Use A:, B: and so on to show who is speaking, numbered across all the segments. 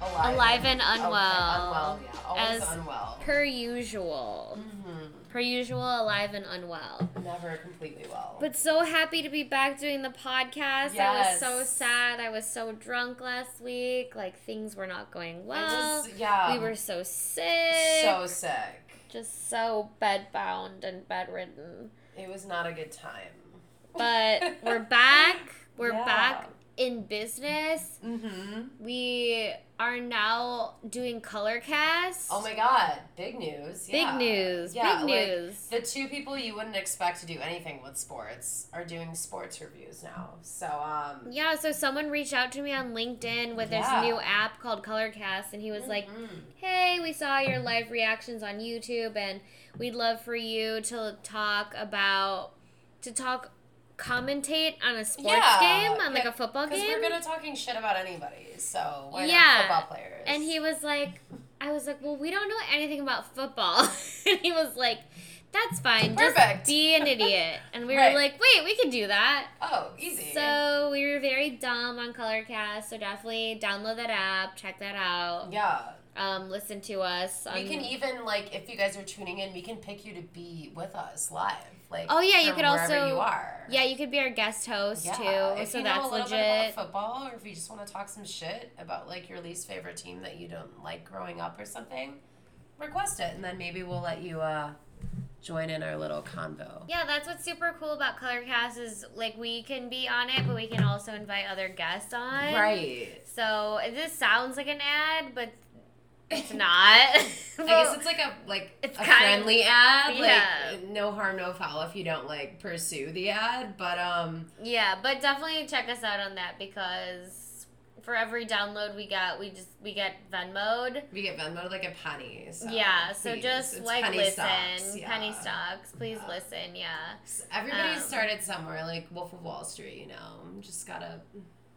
A: alive and
B: Okay,
A: unwell.
B: unwell, yeah. Always
A: As
B: unwell.
A: Per usual.
B: Mhm.
A: Per usual, alive and unwell.
B: Never completely well.
A: But so happy to be back doing the podcast. I was
B: Yes.
A: so sad. I was so drunk last week. Like things were not going
B: I
A: well.
B: just- yeah.
A: uh, we were so sick.
B: so sick.
A: just so bedbound and bedridden.
B: It was not a good time.
A: But we're back. We're
B: Yeah.
A: back in business.
B: Mm-hmm.
A: We are now doing color cast.
B: Oh my god, big news.
A: Big
B: yeah.
A: news.
B: Yeah,
A: big
B: like,
A: news.
B: The two people you wouldn't expect to do anything with sports are doing sports reviews now. So, um,
A: yeah, so someone reached out to me on LinkedIn with
B: Yeah.
A: this new app called Colorcast, and he was like,
B: mhm.
A: Hey, we saw your live reactions on YouTube, and we'd love for you to talk about, to talk, commentate on a sports
B: Yeah,
A: game, on like
B: yeah,
A: a football
B: Because
A: game.
B: we're good at talking shit about anybody, so why
A: Yeah.
B: not football players?
A: And he was like, I was like, well, we don't know anything about football. and he was like, that's fine. Just
B: Perfect.
A: be an idiot. And we
B: Right.
A: were like, wait, we can do that.
B: oh, easy.
A: So we were very dumb on Colorcast. So definitely download that app, check that out,
B: yeah,
A: um, listen to us. On,
B: we can e- even like if you guys are tuning in, we can pick you to be with us live. Like,
A: Oh, yeah, you
B: from
A: could
B: wherever
A: also-
B: you are.
A: yeah, you could be our guest host
B: Yeah,
A: too.
B: If
A: So
B: you
A: that's
B: know a little Bit
A: legit.
B: about football, or if you just want to talk some shit about like your least favorite team that you don't like growing up or something, request it, and then maybe we'll let you uh, join in our little convo.
A: Yeah, that's what's super cool about Colorcast is like we can be on it, but we can also invite other guests on.
B: Right.
A: So this sounds like an ad, but it's not.
B: I guess it's like a like
A: It's
B: a
A: kind-
B: friendly ad.
A: Yeah.
B: Like no harm, no foul if you don't like pursue the ad. But um
A: yeah, but definitely check us out on that because for every download we got, we just we get Venmoed.
B: we get Venmo like a penny. So
A: yeah, so
B: please,
A: just
B: it's
A: like
B: penny
A: listen,
B: stocks,
A: penny
B: yeah.
A: stocks. Please
B: Yeah.
A: listen, yeah.
B: Everybody
A: Um,
B: started somewhere, like Wolf of Wall Street, you know. Just gotta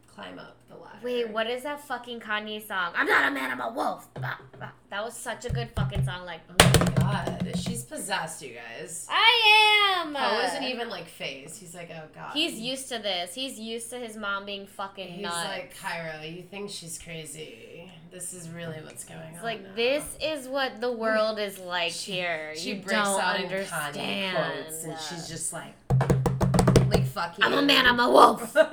B: climb up the ladder.
A: Wait, what is that fucking Kanye song? I'm not a man, I'm a wolf. Bah, bah. That was such a good fucking song. Like
B: Oh my god, she's possessed, you guys.
A: I am.
B: Poe isn't even like phased. He's like, oh god.
A: He's used to this. He's used to his mom being fucking
B: He's
A: nuts.
B: like, Kyra, you think she's crazy. This is really what's going on.
A: It's like
B: now."
A: this is what the world is like
B: Oh, She-
A: here.
B: She
A: you
B: breaks
A: don't
B: out
A: understand.
B: in Kanye quotes, and she's just like, like fucking.
A: I'm a man. I'm a wolf.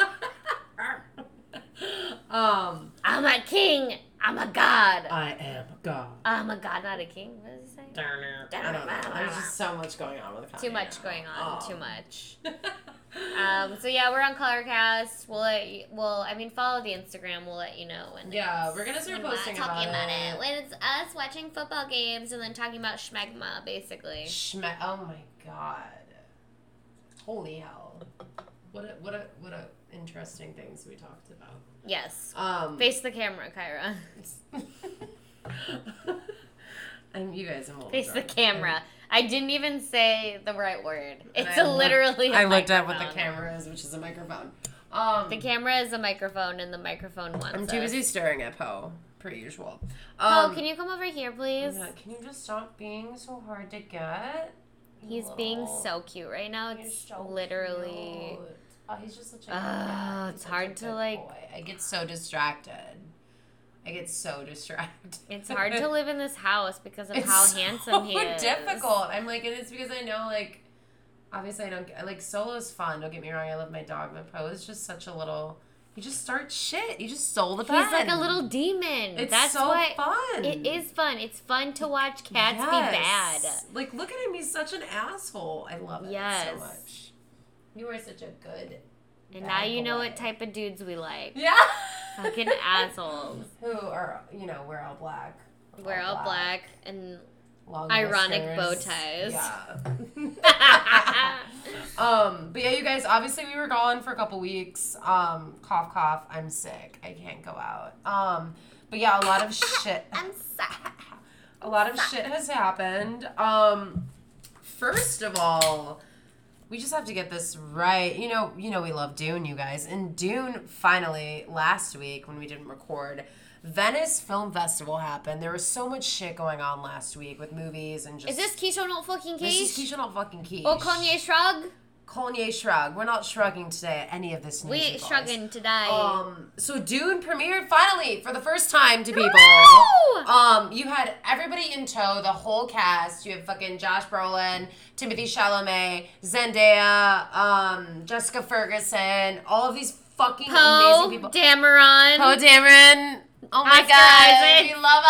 B: um,
A: I'm a king. I'm a god.
B: I am God.
A: I'm a god, not a king. What does it say?
B: Darn it. I don't know. There's just so much going on with Kanye.
A: Too much
B: now.
A: going on.
B: Oh.
A: Too much. Um, so yeah, we're on Colorcast. We'll let you, well, I mean, follow the Instagram. We'll let you know when.
B: yeah,
A: it's-
B: we're gonna start
A: when we're
B: posting
A: talking
B: about,
A: about it. When it's us watching football games and then talking about schmegma, basically.
B: Schme- oh my god. Holy hell. What a what a what a interesting things we talked about.
A: Yes.
B: Um
A: Face the camera, Kyra.
B: I'm you guys I'm a little
A: Face the
B: drunk.
A: camera. I didn't even say the right word.
B: And
A: It's
B: I
A: a
B: looked-
A: literally. a
B: I looked at what the
A: microphone.
B: camera is, which is a microphone. Um
A: The camera is a microphone, and the microphone wants.
B: I'm too
A: us.
B: busy staring at Poe, per usual.
A: Oh,
B: Um
A: can you come over here, please?
B: yeah, can you just stop being so hard to get?
A: He's being
B: Little-
A: so cute right now.
B: You're
A: It's
B: so
A: literally.
B: cute. Oh, he's just such a.
A: Ah,
B: good
A: it's
B: guy. He's such
A: hard
B: a
A: to,
B: good
A: like-
B: boy. I get so distracted. I get so distracted.
A: It's hard to live in this house because of
B: It's
A: how
B: so
A: handsome he is.
B: Difficult. I'm like, and it's because I know like. Obviously, I don't I like solo's fun. Don't get me wrong. I love my dog, but Poe is just such a little. You just start shit. You just stole the pen.
A: He's like a little demon.
B: It's
A: That's
B: so
A: why
B: fun.
A: it is fun. It's fun to watch cats be bad.
B: Yes. Like, look at him. He's such an asshole. I love it
A: Yes.
B: so much. You are such a good.
A: And
B: bad
A: now you know
B: boy.
A: what type of dudes we like.
B: Yeah.
A: Fucking assholes.
B: Who are you know we're all black.
A: We're all black and
B: Long
A: Ironic
B: whiskers.
A: bow ties.
B: Yeah. um, but yeah, you guys. Obviously, we were gone for a couple weeks. Um, cough, cough. I'm sick. I can't go out. Um, but yeah, a lot of shit.
A: I'm sorry.
B: A lot of shit has happened. Um, first of all, we just have to get this right. You know, you know, we love Dune, you guys. And Dune finally last week when we didn't record, Venice Film Festival happened. There was so much shit going on last week with movies and just.
A: Is this Keisha not fucking
B: This is
A: Keish?
B: Keisha not fucking Keish.
A: Or Kanye Shrug?
B: Colnier shrug. We're not shrugging today at any of this news.
A: We
B: you
A: ain't
B: guys.
A: shrugging today.
B: Um, so Dune premiered finally for the first time to people.
A: Woo!
B: Um, you had everybody in tow, the whole cast. You have fucking Josh Brolin, Timothy Chalamet, Zendaya, um, Jessica Ferguson, all of these fucking
A: Poe,
B: amazing people.
A: Dameron.
B: Poe Dameron. Oh my
A: Oscar
B: god,
A: Isaac.
B: we love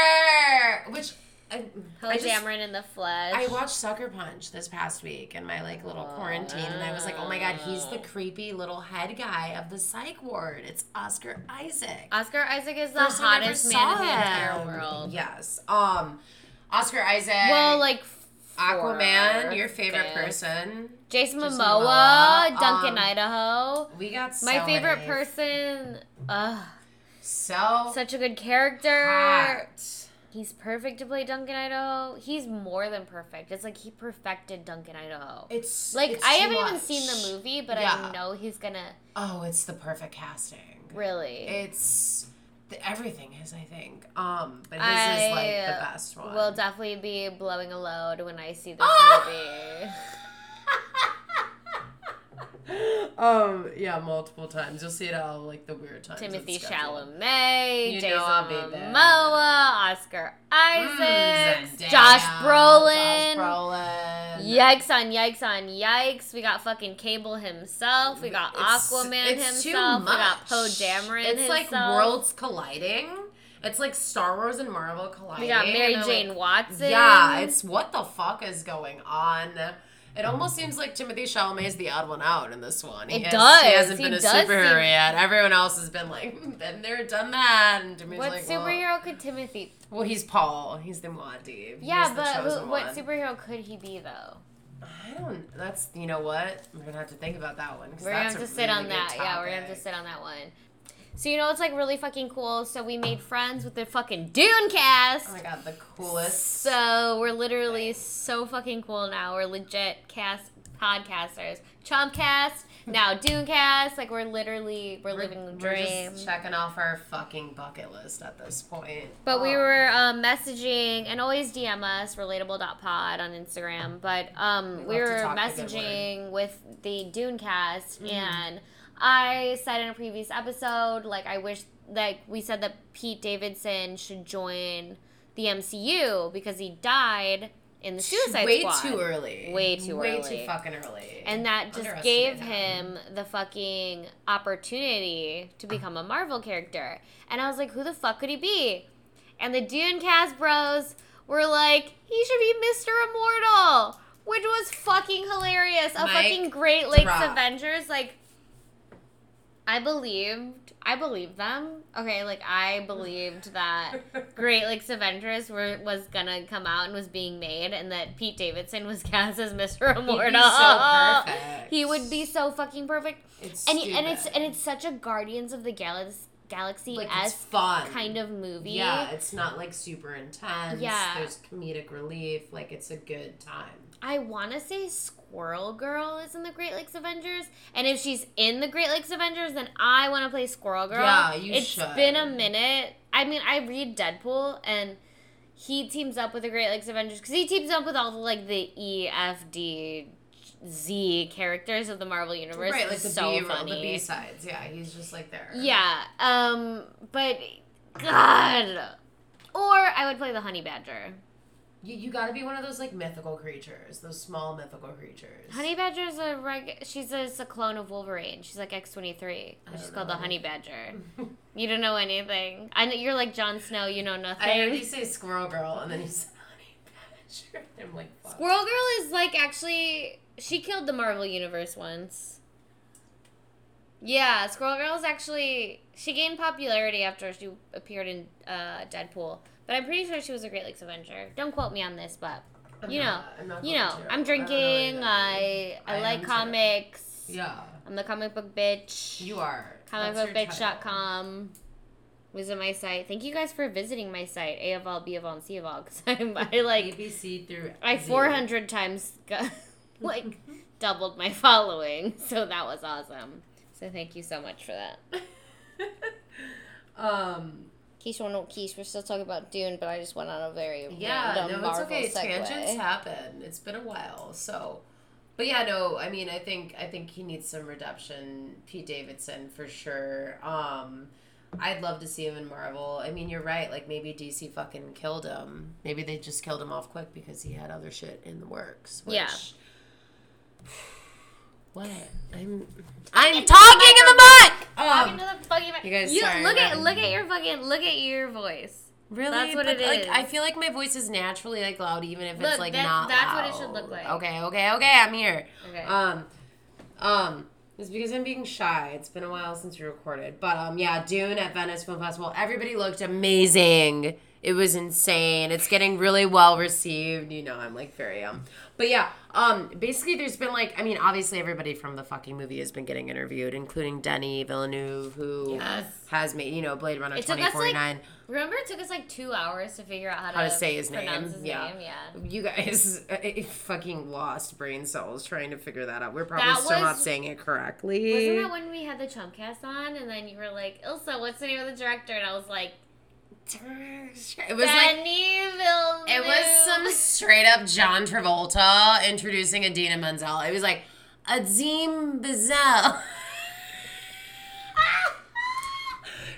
B: Oscar. Which I,
A: Poe
B: I just-
A: Dameron in the flesh.
B: I watched Sucker Punch this past week in my like little quarantine, and I was like, oh my god, he's the creepy little head guy of the psych ward. It's Oscar Isaac.
A: Oscar Isaac is the
B: First time I ever
A: hottest man in the
B: saw
A: entire
B: him.
A: world.
B: Yes. Um, Oscar Isaac.
A: Well, like
B: Aquaman,
A: fourth,
B: your favorite
A: fifth.
B: person.
A: Jason,
B: Jason
A: Momoa,
B: Momoa,
A: Duncan
B: um,
A: Idaho.
B: We got so
A: My favorite
B: many.
A: person. Ugh,
B: So
A: such a good character.
B: hot.
A: He's perfect to play Duncan Idaho. He's more than perfect. It's like he perfected Duncan Idaho.
B: It's
A: like
B: it's
A: I
B: too
A: haven't even
B: much.
A: seen the movie, but
B: Yeah.
A: I know he's gonna
B: Oh, it's the perfect casting.
A: really.
B: It's the, everything is, I think. Um, but his is
A: I uh,
B: like the best one.
A: will definitely be blowing a load when I see this
B: Ah!
A: movie.
B: um, yeah, multiple times. You'll see it all like the weird times. it's
A: Timothy
B: scheduled.
A: Chalamet,
B: You know
A: Jason
B: I'll be there. Mm,
A: Momoa, Oscar Isaac,
B: Zendaya,
A: Josh Brolin.
B: Josh Brolin.
A: Yikes on yikes on yikes. We got fucking Cable himself. We got
B: It's-
A: Aquaman
B: it's too
A: himself. We got
B: much.
A: Poe Dameron
B: It's like
A: himself.
B: worlds colliding. It's like Star Wars and Marvel colliding.
A: We got Oh, Mary
B: and I'm
A: Jane
B: like,
A: Watson.
B: Yeah, it's what the fuck is going on? It almost seems like Timothy Chalamet is the odd one out in this one. He
A: It
B: has-
A: does.
B: He hasn't
A: He
B: been a
A: does
B: superhero
A: seem-
B: yet. Everyone else has been like, been there, done that. And Timmy's
A: what
B: like, well-
A: superhero could Timothy?
B: Well, he's Paul. He's the Muad'Dib.
A: Yeah,
B: he's the
A: but
B: chosen
A: who, what
B: one.
A: superhero could he be though?
B: I don't. That's you know what we're gonna have to think about that one. 'cause
A: We're gonna
B: that's
A: have
B: a
A: to sit
B: really
A: on
B: good
A: that. Yeah, we're gonna have to
B: topic.
A: sit on that one. So you know it's like really fucking cool. So we made friends with the fucking Dune cast.
B: Oh my god, the coolest.
A: So we're literally so fucking cool now. We're legit cast podcasters. Chumpcast, now Dunecast. Like we're literally we're, living the
B: we're
A: dream.
B: just checking off our fucking bucket list at this point.
A: But we
B: Um,
A: were um, messaging and always DM us relatable.pod on Instagram. But um,
B: We
A: we,
B: love to
A: were
B: talk a good Mm-hmm.
A: messaging with the Dunecast and I said in a previous episode, like I wish like we said that Pete Davidson should join the MCU because he died in the Suicide
B: way
A: Squad.
B: too early.
A: Way too
B: Way
A: early.
B: too fucking early.
A: And that just
B: Underestimated
A: gave him the fucking opportunity to become a Marvel character. And I was like, who the fuck could he be? And the Dune cast bros were like, he should be Mr. Immortal, which was fucking hilarious. A
B: Mic
A: fucking Great Lakes
B: drop.
A: Avengers. Like, I believed, I believed them. Okay, like, I believed that. Great Lakes Avengers were was gonna come out and was being made, and that Pete Davidson was cast as Mr. Immortal.
B: so perfect.
A: He would be so fucking perfect.
B: It's
A: And he, and it's
B: stupid.
A: and it's such a Guardians of the Galaxy Galaxy
B: like it's
A: s
B: fun
A: kind of movie.
B: Yeah, it's not like super intense.
A: Yeah.
B: there's comedic relief. Like it's a good time.
A: I want to say Squirrel Girl is in the Great Lakes Avengers, and if she's in the Great Lakes Avengers, then I want to play Squirrel Girl.
B: Yeah, you
A: It's
B: should.
A: been a minute. I mean, I read Deadpool, and he teams up with the Great Lakes Avengers because he teams up with all the like the E F D Z characters of the Marvel universe.
B: right, like
A: It's
B: the
A: so
B: B roll,
A: funny.
B: the B sides. Yeah, he's just like there.
A: Yeah. Um. But God. Or I would play the Honey Badger.
B: You, you got to be one of those like mythical creatures, those small mythical creatures.
A: Honey Badger's a reg. She's a, it's a clone of Wolverine. She's like X twenty three, which is
B: don't
A: called
B: know
A: the Honey Badger. you don't know anything. I know you're like Jon Snow. You know
B: I heard
A: nothing.
B: you say squirrel girl, and then you said honey badger. I'm like, fuck.
A: Squirrel Girl is like actually she killed the Marvel universe once. Yeah, Squirrel Girl is actually she gained popularity after she appeared in uh, Deadpool, but I'm pretty sure she was a Great Lakes Avenger. Don't quote me on this, but
B: I'm
A: you
B: not- I'm not
A: you
B: going
A: know
B: to.
A: I'm
B: I don't know
A: drinking. uh,
B: either.
A: I I,
B: I am
A: like
B: too.
A: comics.
B: Yeah,
A: I'm the comic book bitch.
B: you are. That's your title.
A: comicbookbitch.com visit my site thank you guys for visiting my site aol bval and cval because i'm I, like
B: ABC through
A: i
B: Z.
A: 400 times go- like doubled my following so that was awesome so thank you so much for that
B: um.
A: Keisha, no, Keisha, we're still talking about Dune, but I just went on a very
B: Yeah,
A: random
B: no, it's
A: Marvel
B: okay.
A: segue.
B: Tangents happen. It's been a while, so But yeah, no, I mean, I think I think he needs some redemption, Pete Davidson for sure. Um, I'd love to see him in Marvel. I mean, you're right. Like maybe DC fucking killed him. Maybe they just killed him off quick because he had other shit in the works. Which,
A: Yeah.
B: What? I'm
A: in
B: I'm
A: the
B: talking in the mic.
A: Talking to
B: Oh,
A: the fucking mic.
B: You guys,
A: You-
B: sorry,
A: look at
B: man.
A: look at your fucking look at your voice.
B: really?
A: that's what
B: But,
A: it
B: like,
A: is.
B: I feel like my voice is naturally like loud, even if
A: Look,
B: it's like
A: that's-
B: not.
A: that's what it should look
B: loud.
A: like.
B: Okay, okay, okay. I'm here.
A: Okay.
B: Um, um, it's because I'm being shy. It's been a while since we recorded, but um, yeah, Dune at Venice Film Festival. Everybody looked amazing. It was insane. It's getting really well received. You know, I'm like very um, but yeah, um, basically there's been like, I mean, obviously everybody from the fucking movie has been getting interviewed, including Denny Villeneuve, who
A: Yes.
B: has made you know Blade Runner
A: It took us, like,
B: 2049.
A: Remember, it took us like two hours to figure out how to,
B: How to say his name,
A: pronounce His
B: yeah.
A: name. yeah.
B: You guys I fucking lost brain cells trying to figure that out. We're probably
A: That
B: still not
A: was-
B: saying it correctly.
A: Wasn't that when we had the Chump cast on, and then you were like, "Ilsa, what's the name of the director?" And I was like,
B: It was like
A: "Denis Villeneuve."
B: it was some straight up John Travolta introducing Adina Menzel. It was like Azim Bazelle.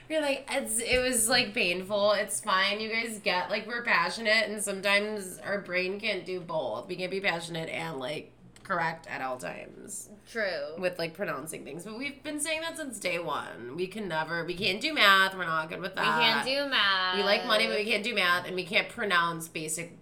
B: You're like it's, it was like painful. It's fine. You guys get like we're passionate, and sometimes our brain can't do both. We can't be passionate and like correct at all times
A: true.
B: with like pronouncing things. But we've been saying that since day one. We can never. We can't do math. We're not good with
A: We
B: that.
A: can't do math.
B: We like money, but we can't do math, and we can't pronounce basic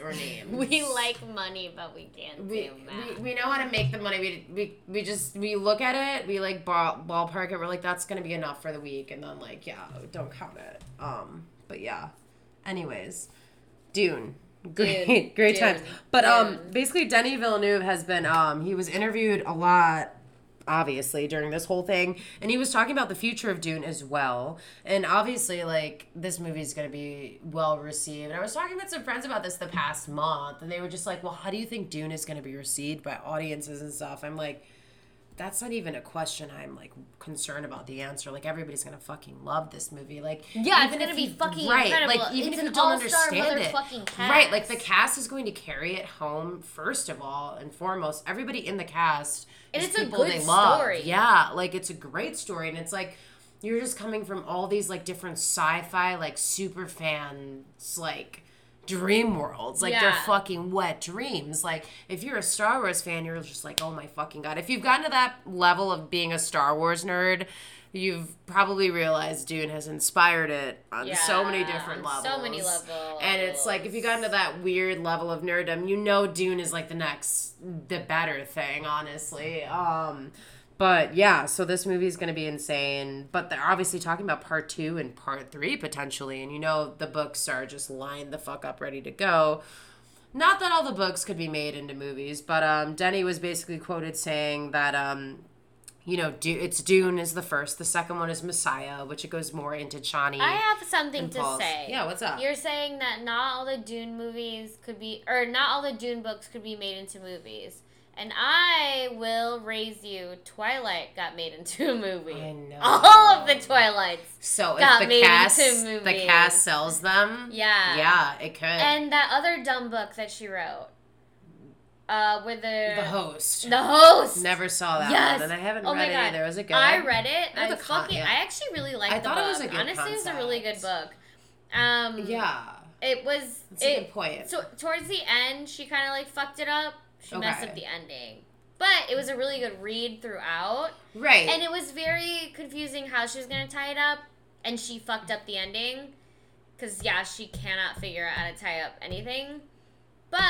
B: or names.
A: We like money, but we can't
B: We,
A: do math.
B: we, we know how to make the money. We, we we just we look at it. We like ball, ballpark it. We're like that's gonna be enough for the week, and then like yeah, don't count it. Um, but yeah. Anyways, Dune. Great,
A: Dune.
B: great
A: Dune.
B: times. But um,
A: Dune.
B: basically, Denny Villeneuve has been um, he was interviewed a lot obviously during this whole thing and he was talking about the future of dune as well and obviously like this movie is going to be well received and i was talking with some friends about this the past month and they were just like well how do you think dune is going to be received by audiences and stuff i'm like that's not even a question i'm like concerned about the answer like everybody's going to fucking love this movie like
A: Yeah, it's
B: even
A: gonna
B: if
A: be
B: you-
A: fucking
B: right like
A: incredible.
B: even
A: It's
B: if you
A: an
B: don't
A: all-star
B: understand it
A: motherfucking
B: right like the
A: cast.
B: cast is going to carry it home first of all and foremost everybody in the cast
A: And
B: is
A: it's a
B: people
A: good
B: they love.
A: story.
B: yeah like it's a great story and it's like you're just coming from all these like different sci-fi like super fans like dream worlds like they're
A: Yeah.
B: fucking wet dreams like if you're a star wars fan you're just like oh my fucking god if you've gotten to that level of being a star wars nerd you've probably realized dune has inspired it on so many
A: Yeah,
B: different
A: on
B: levels
A: so many
B: and it's like if you got into that weird level of nerddom, you know Dune is like the next the better thing, honestly. Um but yeah, so this movie is going to be insane, but they're obviously talking about part 2 and part 3 potentially, and you know the books are just lined the fuck up ready to go. Not that all the books could be made into movies, but um Denny was basically quoted saying that um you know, Du- it's Dune is the first. The second one is Messiah, which it goes more into Chani.
A: I have something
B: and
A: to
B: Paul's-
A: say.
B: Yeah, what's up?
A: You're saying that not all the Dune movies could be, or not all the Dune books could be made into movies. And I will raise you. Twilight got made into a movie.
B: I know.
A: All of the Twilights.
B: So
A: got
B: if the
A: made
B: cast
A: into
B: the
A: movies.
B: cast sells them,
A: Yeah.
B: yeah, it could.
A: And that other dumb book that she wrote, uh, with the
B: the host
A: the host.
B: never saw that
A: Yes.
B: one, and I haven't
A: Oh my
B: read it
A: God.
B: either. Was it good?
A: I read it.
B: Oh, the
A: I
B: con-
A: fucking.
B: yeah.
A: I actually really liked
B: I
A: the
B: thought it
A: book.
B: was a good
A: Honestly, it was a really good book. Um,
B: Yeah,
A: It was.
B: that's a
A: It,
B: good point.
A: So towards the end, she kind of like fucked it up. She messed
B: Okay.
A: up the ending, but it was a really good read throughout,
B: right.
A: and it was very confusing how she was gonna tie it up, and she fucked up the ending, because yeah, she cannot figure out how to tie up anything. But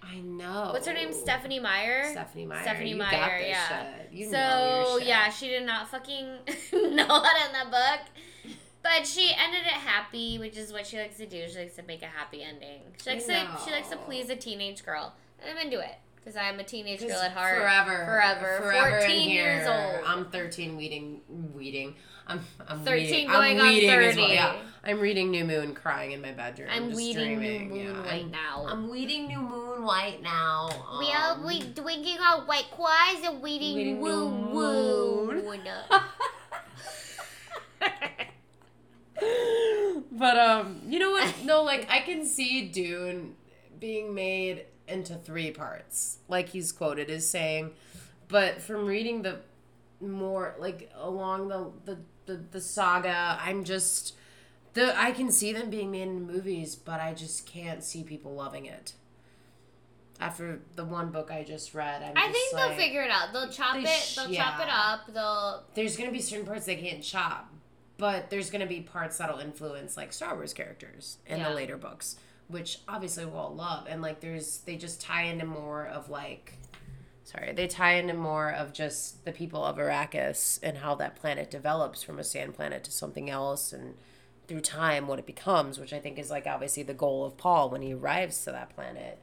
B: I know.
A: what's her name? Stephanie Meyer.
B: Oh. Stephanie Meyer.
A: Stephanie
B: you Got
A: Meyer,
B: this
A: yeah.
B: Shit. You
A: so
B: know your shit.
A: yeah, she did not fucking know that in the book. But she ended it happy, which is what she likes to do. She likes to make a happy ending. She likes to she likes to
B: know.
A: please a teenage girl. And I'm into it because I'm a teenage girl
B: 'Cause
A: at heart.
B: Forever,
A: Forever.
B: forever. in
A: 14 years
B: here.
A: old.
B: I'm 13, weeding, weeding. I'm, I'm
A: 13
B: weeding-
A: going
B: I'm
A: on
B: weeding As
A: 30.
B: well. Yeah, I'm reading New Moon, crying in my bedroom.
A: I'm
B: just
A: weeding
B: dreaming.
A: New Moon
B: yeah.
A: right
B: I'm-
A: now.
B: I'm weeding New Moon White now.
A: we are
B: um,
A: we drinking our white quads and weeding,
B: Weeding
A: woo
B: woo.
A: woo.
B: but um, you know what? No, like I can see Dune being made into three parts, like he's quoted as saying. But from reading the more like along the the, the, the saga, I'm just the I can see them being made in movies, but I just can't see people loving it. After the one book I just read, I'm
A: I
B: just
A: think
B: like-
A: they'll figure it out. They'll chop
B: They
A: it.
B: sh-
A: They'll chop
B: yeah.
A: it up. They'll
B: there's gonna be certain parts they can't chop, but there's gonna be parts that'll influence like Star Wars characters in
A: Yeah.
B: the later books, which obviously we'll all love. And like there's they just tie into more of like sorry, they tie into more of just the people of Arrakis and how that planet develops from a sand planet to something else and through time what it becomes, which I think is like obviously the goal of Paul when he arrives to that planet.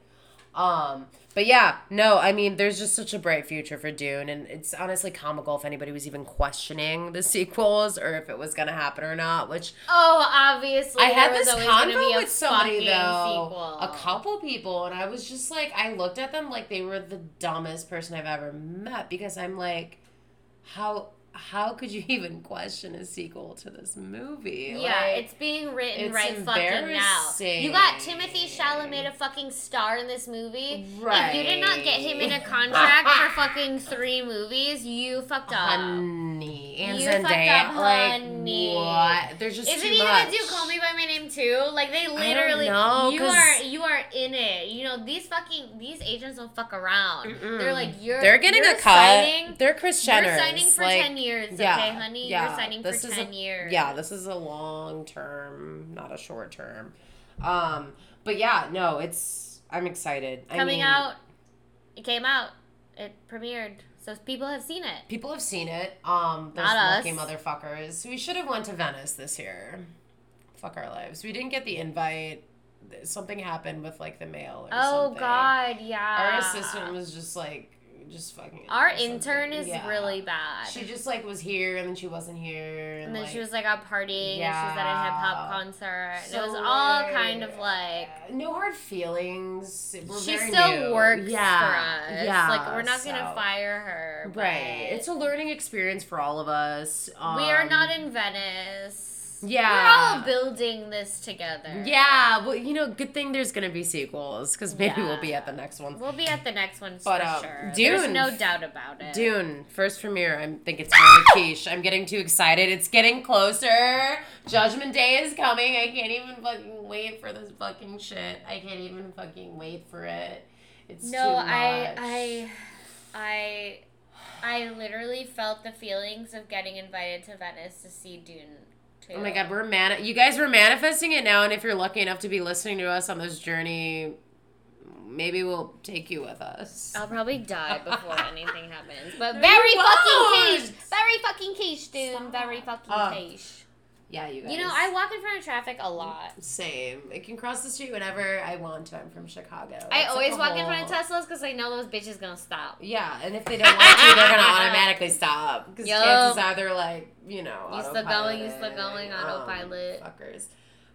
B: Um, but yeah, no, I mean, there's just such a bright future for Dune, and it's honestly comical if anybody was even questioning the sequels or if it was gonna happen or not. Which
A: Oh, obviously.
B: I had
A: there was
B: this
A: always gonna
B: convo
A: be a
B: with somebody
A: fucking
B: though,
A: sequel.
B: a couple people, and I was just like, I looked at them like they were the dumbest person I've ever met because I'm like, how how could you even question a sequel to this movie?
A: Yeah,
B: Like,
A: it's being written
B: it's
A: right fucking now. You got Timothy Chalamet a fucking star in this movie. If you did not get him in a
B: Right.
A: contract for fucking three movies, you fucked up.
B: honey and
A: You fucked
B: Zendaya.
A: up,
B: like
A: honey.
B: what? There's just
A: Isn't
B: too
A: he
B: much.
A: gonna do Call Me by My Name too? Like they
B: don't
A: literally,
B: know,
A: you
B: 'cause-
A: are you are in it. You know these fucking these agents don't fuck around.
B: Mm-mm.
A: They're like you're.
B: They're getting
A: you're
B: a cut.
A: Signing,
B: They're Chris Jenner.
A: You're signing for ten years,
B: yeah,
A: okay, honey.
B: yeah,
A: you're signing
B: this
A: for
B: is a-
A: ten years.
B: Yeah, this is a long term, not a short term. Um, but yeah, no, it's. I'm excited. I
A: coming
B: mean,
A: out. It came out. It premiered, so people have seen it.
B: People have seen it. Um, those
A: Not
B: lucky
A: us.
B: motherfuckers. We should have went to Venice this year. Fuck our lives. We didn't get the invite. Something happened with like the mail. Or
A: Oh
B: something.
A: God, yeah.
B: Our assistant was just like, just fucking.
A: Ah. Our
B: or something.
A: intern is
B: Yeah.
A: really bad.
B: She just like was here and then she wasn't here. And,
A: and then she
B: like,
A: was like out partying. And she was at a hip hop
B: Yeah.
A: concert. and it
B: So,
A: was all kind of like.
B: like, no hard feelings. We're
A: She
B: very
A: still
B: new.
A: works
B: Yeah,
A: for us.
B: Yeah.
A: Like we're not
B: so-
A: gonna fire her. but
B: Right. It's a learning experience for all of us. Um,
A: we are not in Venice.
B: Yeah.
A: We're all building this together.
B: Yeah, well, you know, good thing there's gonna be sequels because maybe we'll
A: Yeah.
B: be at the next one.
A: We'll be at the next one
B: But,
A: for
B: um,
A: sure. There's
B: Dune-
A: no doubt about it.
B: Dune, first premiere. I think it's gonna be quiche. I'm getting too excited. It's getting closer. Judgment Day is coming. I can't even fucking wait for this fucking shit. I can't even fucking wait for it. It's
A: No,
B: too much.
A: I, I, I, I literally felt the feelings of getting invited to Venice to see Dune. Too.
B: Oh my god, we're man. You guys were manifesting it now, and if you're lucky enough to be listening to us on this journey, maybe we'll take you with us.
A: I'll probably die before anything happens. But
B: You
A: very fucking
B: won't!
A: quiche, very fucking quiche, Dune,
B: Stop.
A: very fucking
B: Uh,
A: quiche.
B: Yeah, you guys.
A: You know, I walk in front of traffic a lot.
B: Same. I can cross the street whenever I want to. I'm from Chicago.
A: I
B: That's
A: always
B: like a
A: walk in front
B: whole-
A: of Teslas because I know those bitches gonna stop.
B: Yeah, and if they don't want to, they're gonna automatically stop. Because
A: Yup.
B: chances are they're like, you know,
A: You still going, you still
B: autopiloting,
A: going,
B: um,
A: autopilot.
B: fuckers.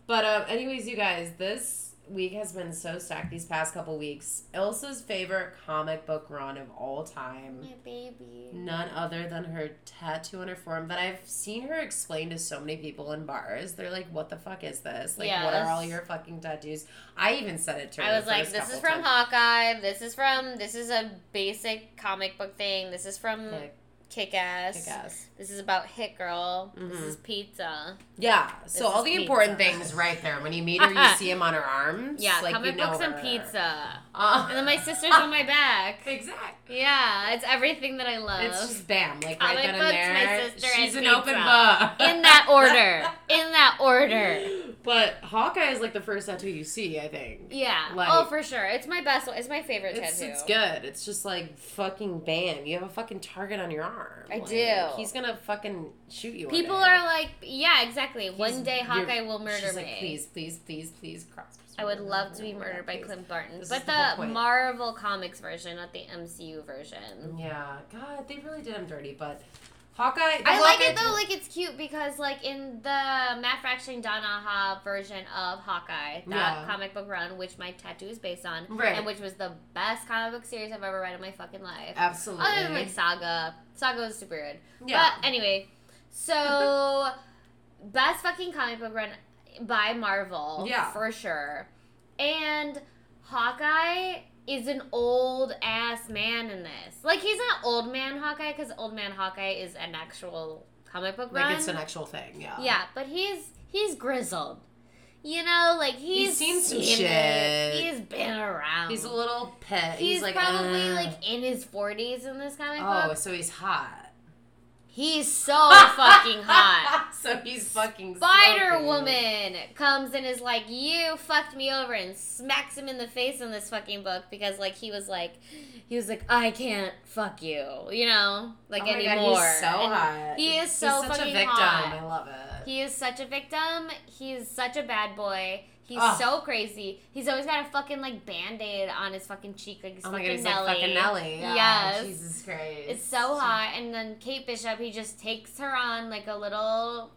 B: But um, anyways, you guys, this week has been so stacked. These past couple weeks, Ilsa's favorite comic book run of all time.
A: My baby.
B: None other than her tattoo on her forearm that I've seen her explain to so many people in bars. They're like, "What the fuck is this? Like, what are
A: Yes.
B: all your fucking tattoos?" I even said it to her.
A: I was
B: the
A: like,
B: first
A: this is
B: couple
A: from
B: times.
A: Hawkeye. This is from. This is a basic comic book thing. This is from
B: Like,
A: Kick Ass.
B: kick ass.
A: This is about Hit Girl. This
B: Mhm.
A: is pizza.
B: Yeah. so
A: This
B: all
A: is
B: the important
A: pizza.
B: things right there. When you meet her, you see him on her arms.
A: Yeah,
B: like,
A: comic
B: you know
A: books and
B: her.
A: pizza.
B: Uh,
A: And then my sister's on my back.
B: Exactly.
A: Yeah, it's everything that I love.
B: It's just bam, like right
A: Comic
B: then
A: books,
B: and there.
A: my sister, and
B: She's an
A: pizza.
B: open book.
A: In that order. In that order.
B: But Hawkeye is like the first tattoo you see, I think.
A: Yeah.
B: Like-
A: oh, for sure. It's my best one. It's my favorite
B: It's,
A: tattoo.
B: it's good. It's just like fucking bam. You have a fucking target on your arm.
A: I
B: Like,
A: do.
B: He's gonna fucking shoot you. one
A: People
B: day.
A: are like, yeah, exactly. One day
B: you're-
A: Hawkeye will murder
B: She's
A: me.
B: like, please, please, please, please cross.
A: I would love to be murdered by
B: Please."
A: Clint Barton,
B: This is
A: but
B: the whole
A: the,
B: point.
A: Marvel Comics version, not the MCU version.
B: Yeah, God, they really did him dirty, but Hawkeye. the
A: I like
B: Hawkeye-
A: it though, like it's cute because like in the Matt Fraction Don Aha version of Hawkeye, that
B: Yeah.
A: comic book run, which my tattoo is based on,
B: Right.
A: and which was the best comic book series I've ever read in my fucking life.
B: Absolutely.
A: Other than like Saga, Saga was super good.
B: yeah.
A: But anyway, so best fucking comic book run by Marvel,
B: Yeah.
A: for sure. And Hawkeye is an old ass man in this. Like he's not old man Hawkeye because old man Hawkeye is an actual comic book
B: Like
A: run.
B: it's an actual thing. Yeah.
A: yeah, but he's he's grizzled. You know, like he's
B: seen some
A: it.
B: shit.
A: He's been around.
B: He's a little pet.
A: He's,
B: He's, like
A: probably
B: "Uh."
A: like in his forties in this comic
B: Oh,
A: book.
B: so he's hot.
A: He's so fucking hot.
B: so he's fucking
A: Spider
B: smoking.
A: Woman comes and is like, "You fucked me over," and smacks him in the face in this fucking book because like he was like, he was like, "I can't fuck you," you know, like
B: Oh my God,
A: anymore.
B: he's so
A: And
B: hot.
A: He is
B: He's
A: so
B: such
A: fucking
B: a victim.
A: hot.
B: I love it.
A: He is such a victim. He's such a bad boy. He's
B: Ugh.
A: so crazy. He's always got a fucking like band aid on his fucking cheek, like he's
B: oh my
A: fucking
B: god, he's
A: Nelly.
B: like fucking Nelly. Yeah,
A: Yes.
B: Jesus Christ.
A: It's so hot. And then Kate Bishop, he just takes her on like a little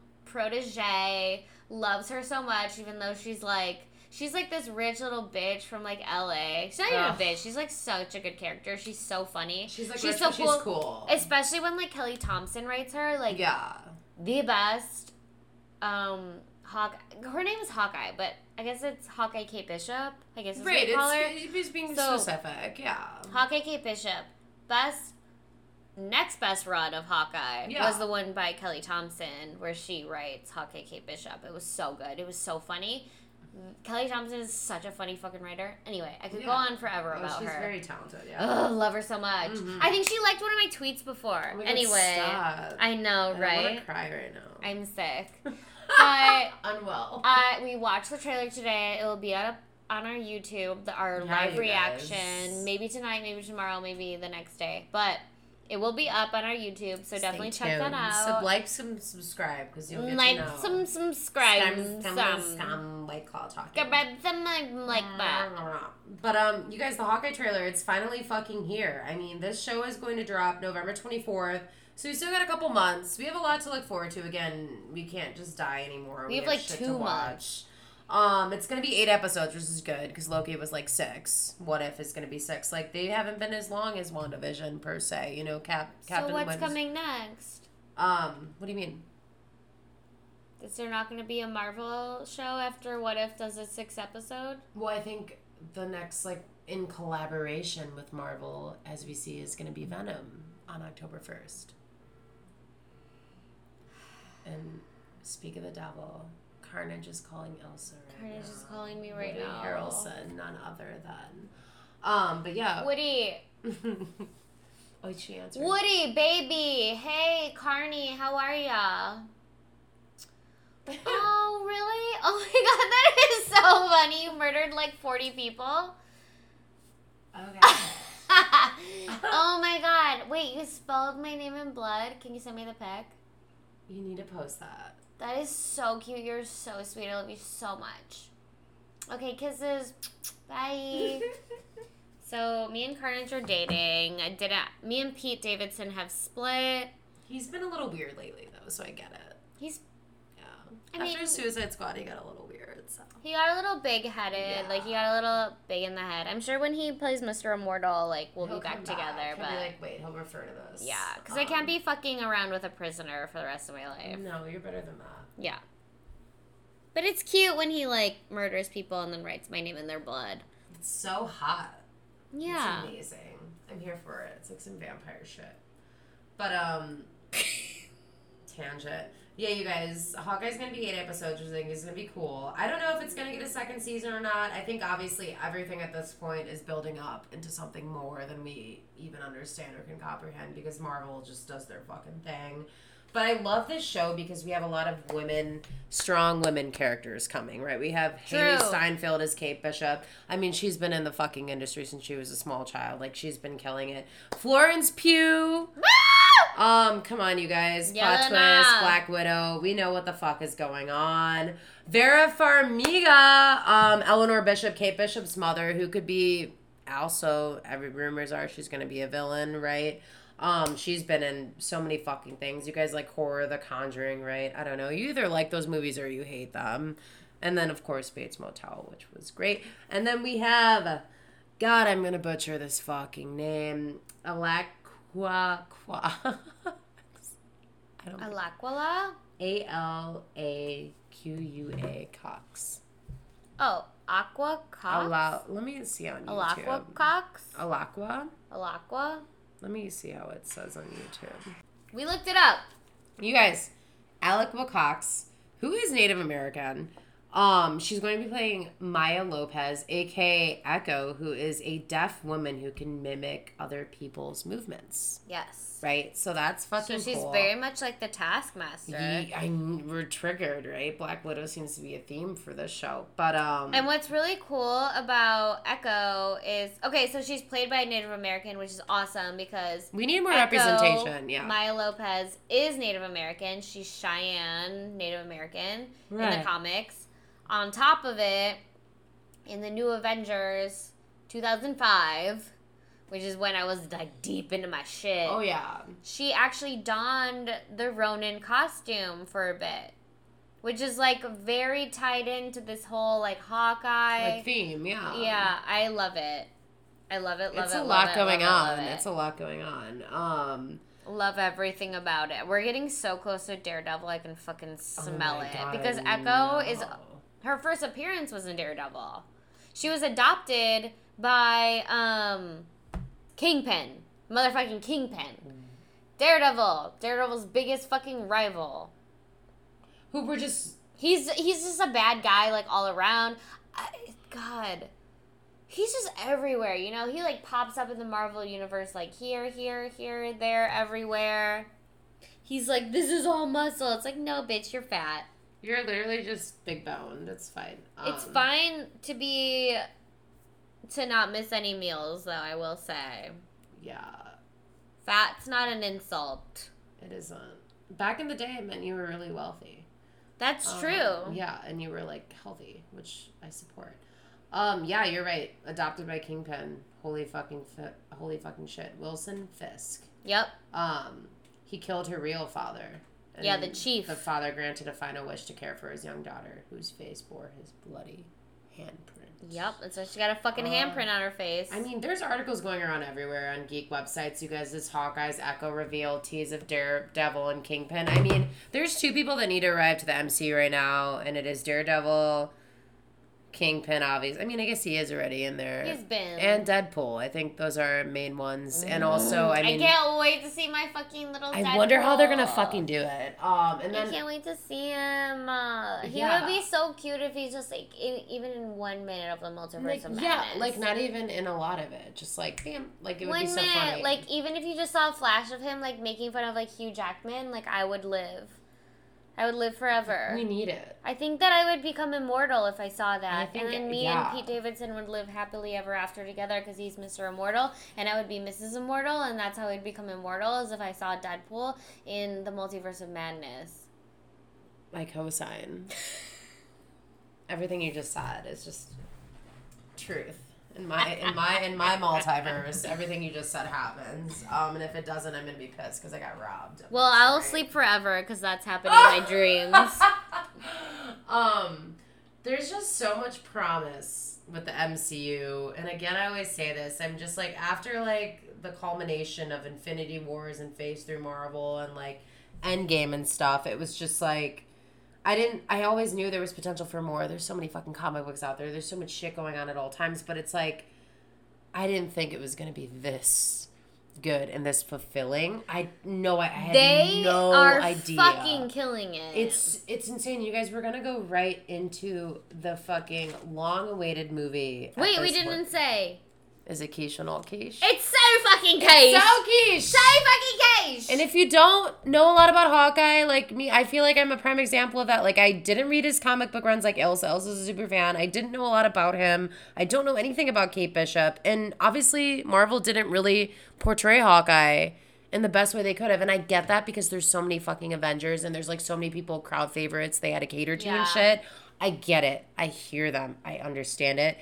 A: protege, loves her so much, even though she's like, she's like this rich little bitch from like LA. She's not even
B: Ugh.
A: a bitch. She's like such a good character. She's so funny.
B: She's like
A: She's
B: rich,
A: so
B: but she's
A: cool.
B: cool.
A: Especially when like Kelly Thompson writes her, like
B: yeah.
A: the best. Um, Hawk. Her name is Hawkeye, but I guess it's Hawkeye Kate Bishop. I guess it's what
B: Right,
A: you call her.
B: it's, he's being
A: So-
B: specific, yeah.
A: Hawkeye Kate Bishop, best next best run of Hawkeye
B: Yeah.
A: was the one by Kelly Thompson where she writes Hawkeye Kate Bishop. It was so good. It was so funny. Kelly Thompson is such a funny fucking writer. Anyway, I could go
B: Yeah.
A: on forever
B: Oh,
A: about
B: she's
A: her.
B: very talented, yeah.
A: Ugh, love her so much.
B: Mhm.
A: I think she liked one of my tweets before.
B: Oh my God,
A: anyway,
B: stop.
A: I know,
B: I want
A: right?
B: to cry right now.
A: I'm sick. But
B: Unwell.
A: uh, we watched the trailer today. It will be up on our YouTube, the, our
B: Yeah,
A: live
B: you
A: reaction.
B: guys.
A: Maybe tonight, maybe tomorrow, maybe the next day. But it will be up on our YouTube, so definitely check that out.
B: Sub- like, some subscribe because you'll get
A: like
B: to know.
A: some subscribe
B: Scum,
A: some.
B: scum, scum, white claw talking.
A: Subscribe some like- like that.
B: But um, you guys, the Hawkeye trailer, it's finally fucking here. I mean, this show is going to drop November 24th. So we still got a couple months. We have a lot to look forward to. Again, we can't just die anymore.
A: We have, like,
B: shit
A: two
B: to
A: months.
B: watch. Um, it's gonna be eight episodes, which is good because Loki was like six. What if is gonna be six? Like they haven't been as long as WandaVision per se. You know, Cap. Captain
A: so what's
B: Wins-
A: coming next?
B: Um, what do you mean?
A: Is there not going to be a Marvel show after What If does its sixth episode?
B: Well, I think the next, like, in collaboration with Marvel, as we see, is going to be Venom on October 1st. And speak of the devil, Carnage is calling Elsa right
A: Carnage
B: now.
A: is calling me right
B: Woody
A: now.
B: Harrelson, none other than. Um, but yeah.
A: Woody,
B: oh, she answered.
A: Woody, baby, hey, Carney, how are ya? Oh, really? Oh my god, that is so funny. You murdered like 40 people.
B: okay.
A: oh my god. Wait, you spelled my name in blood. Can you send me the pic?
B: You need to post that.
A: That is so cute. You're so sweet. I love you so much. Okay, kisses. Bye. so, me and Carnage are dating. I didn't. Me and Pete Davidson have split.
B: He's been a little weird lately, though, so I get it.
A: He's
B: Yeah.
A: I
B: After
A: mean-
B: Suicide Squad, he got a little weird, so.
A: He got a little big headed. Like he got a little big in the head. I'm sure when he plays Mr. Immortal, like we'll
B: He'll
A: be back
B: come
A: together.
B: He'll
A: But
B: be like, wait, he'll refer to this.
A: yeah, because I can't be fucking around with a prisoner for the rest of my life.
B: Um, No, you're better than that.
A: Yeah. Mm. But it's cute when he like murders people and then writes my name in their blood.
B: It's so hot.
A: Yeah.
B: It's amazing. I'm here for it. It's like some vampire shit. But um, tangent. Yeah, you guys, Hawkeye's gonna be eight episodes, which I think is gonna be cool. I don't know if it's gonna get a second season or not. I think obviously everything at this point is building up into something more than we even understand or can comprehend because Marvel just does their fucking thing. But I love this show because we have a lot of women, strong women characters coming, right? We have Haley
A: True.
B: Steinfeld as Kate Bishop. I mean, she's been in the fucking industry since she was a small child. Like, she's been killing it. Florence Pugh. Um, come on, you guys. Plot twist,
A: Yelena.
B: Black Widow. We know what the fuck is going on. Vera Farmiga, um, Eleanor Bishop, Kate Bishop's mother, who could be also every rumors are she's gonna be a villain, right? Um, she's been in so many fucking things. You guys like horror, The Conjuring, right? I don't know. You either like those movies or you hate them. And then of course Bates Motel, which was great. And then we have God, I'm gonna butcher this fucking name. Alakwa Kwa. I don't
A: Alaquila?
B: A L A Q U A Cox.
A: Oh, Aqua Cox?
B: Ala- let me see on
A: Alaqua
B: YouTube.
A: Cox?
B: Alaqua.
A: Alaqua?
B: Let me see how it says on YouTube.
A: We looked it up.
B: You guys, Alec Cox, who is Native American, um, she's going to be playing Maya Lopez, aka Echo, who is a deaf woman who can mimic other people's movements.
A: Yes.
B: Right, so that's
A: So
B: fucking
A: she's
B: cool.
A: very much like the Taskmaster.
B: Ye- I kn- we're triggered, right? Black Widow seems to be a theme for this show, but um,
A: And what's really cool about Echo is okay, so she's played by a Native American, which is awesome because
B: we need more
A: Echo,
B: representation. Yeah,
A: Maya Lopez is Native American. She's Cheyenne Native American in the
B: Right.
A: comics. On top of it, in the New Avengers 2005, which is when I was like deep into my shit,
B: oh yeah,
A: she actually donned the Ronin costume for a bit. Which is like very tied into this whole like Hawkeye.
B: like theme. Yeah,
A: Yeah, I love it. I love it. Love
B: It's
A: it.
B: a
A: love
B: lot
A: it,
B: going
A: love
B: on.
A: It, love, it.
B: It's a lot going on. Um.
A: love everything about it. We're getting so close to Daredevil. I can fucking smell
B: Oh my
A: it
B: God,
A: because
B: I
A: Echo is
B: know.
A: her first appearance was in Daredevil. She was adopted by um, Kingpin, motherfucking
B: Mm.
A: Kingpin. Daredevil, Daredevil's biggest fucking rival.
B: who were just
A: He's he's just a bad guy like all around. I, God, he's just everywhere. You know, he like pops up in the Marvel universe like here, here, here, there, everywhere. He's like, this is all muscle. It's like, no, bitch, you're fat.
B: you're literally just big boned. It's fine.
A: it's
B: Um,
A: fine to be to not miss any meals, though. I will say,
B: Yeah,
A: fat's not an insult.
B: it isn't. Back in the day, it meant you were really wealthy.
A: That's
B: Um,
A: true.
B: Yeah, and you were like healthy, which I support. Um, yeah, you're right. Adopted by Kingpin. Holy fucking, fi- holy fucking shit. Wilson Fisk.
A: Yep.
B: Um, he killed her real father.
A: Yeah, the
B: and
A: chief.
B: The father granted a final wish to care for his young daughter, whose face bore his bloody handprint.
A: Yep. That's why she got a fucking
B: Uh,
A: handprint on her face.
B: I mean, there's articles going around everywhere on geek websites. You guys, this Hawkeye's Echo reveal, tease of Daredevil and Kingpin. I mean, there's two people that need to arrive to the MCU right now, and it is Daredevil, Kingpin, obviously. I mean, I guess he is already in there.
A: he's been
B: and Deadpool. I think those are our main ones. And also, I
A: Mm-hmm. I,
B: mean, I,
A: can't wait to see my fucking little.
B: wonder how they're
A: Deadpool.
B: gonna fucking do it. Um, and
A: I
B: then
A: can't wait to see him. Uh, he
B: Yeah.
A: would be so cute if he's just like in, even in one minute of the multiverse
B: like,
A: of madness.
B: yeah, like not even in a lot of it. Just like bam, like it would
A: one
B: be so
A: minute,
B: funny.
A: like even if you just saw a flash of him like making fun of like Hugh Jackman, like I would live. I would live forever.
B: we need it.
A: I think that I would become immortal if I saw that.
B: I
A: and
B: think-
A: then me
B: yeah.
A: and Pete Davidson would live happily ever after together because he's Mr. Immortal and I would be Mrs. Immortal, and that's how I'd become immortal is if I saw Deadpool in the multiverse of madness.
B: my cosign. Everything you just said is just truth. In my in my in my multiverse, everything you just said happens. Um, and if it doesn't, I'm gonna be pissed because I got robbed.
A: Well, I'll sleep forever because that's happening in my dreams.
B: um, there's just so much promise with the MCU, and again, I always say this. I'm just like after like the culmination of Infinity Wars and Phase Through Marvel and like Endgame and stuff. It was just like I didn't. I always knew there was potential for more. There's so many fucking comic books out there. There's so much shit going on at all times. But it's like I didn't think it was gonna be this good and this fulfilling. I no. I, I had
A: They
B: no
A: are
B: idea.
A: fucking killing it.
B: It's it's insane, you guys. We're gonna go right into the fucking long-awaited movie. at
A: Wait, we
B: this
A: didn't
B: point.
A: say.
B: Is it quiche or not quiche?
A: It's so fucking cage.
B: So quiche.
A: so fucking cage.
B: And if you don't know a lot about Hawkeye, like me, I feel like I'm a prime example of that. Like I didn't read his comic book runs like Ilsa. Ilsa's a super fan. I didn't know a lot about him. I don't know anything about Kate Bishop. And obviously Marvel didn't really portray Hawkeye in the best way they could have. And I get that because there's so many fucking Avengers and there's like so many people crowd favorites they had to cater to
A: Yeah.
B: and shit. I get it. I hear them. I understand it.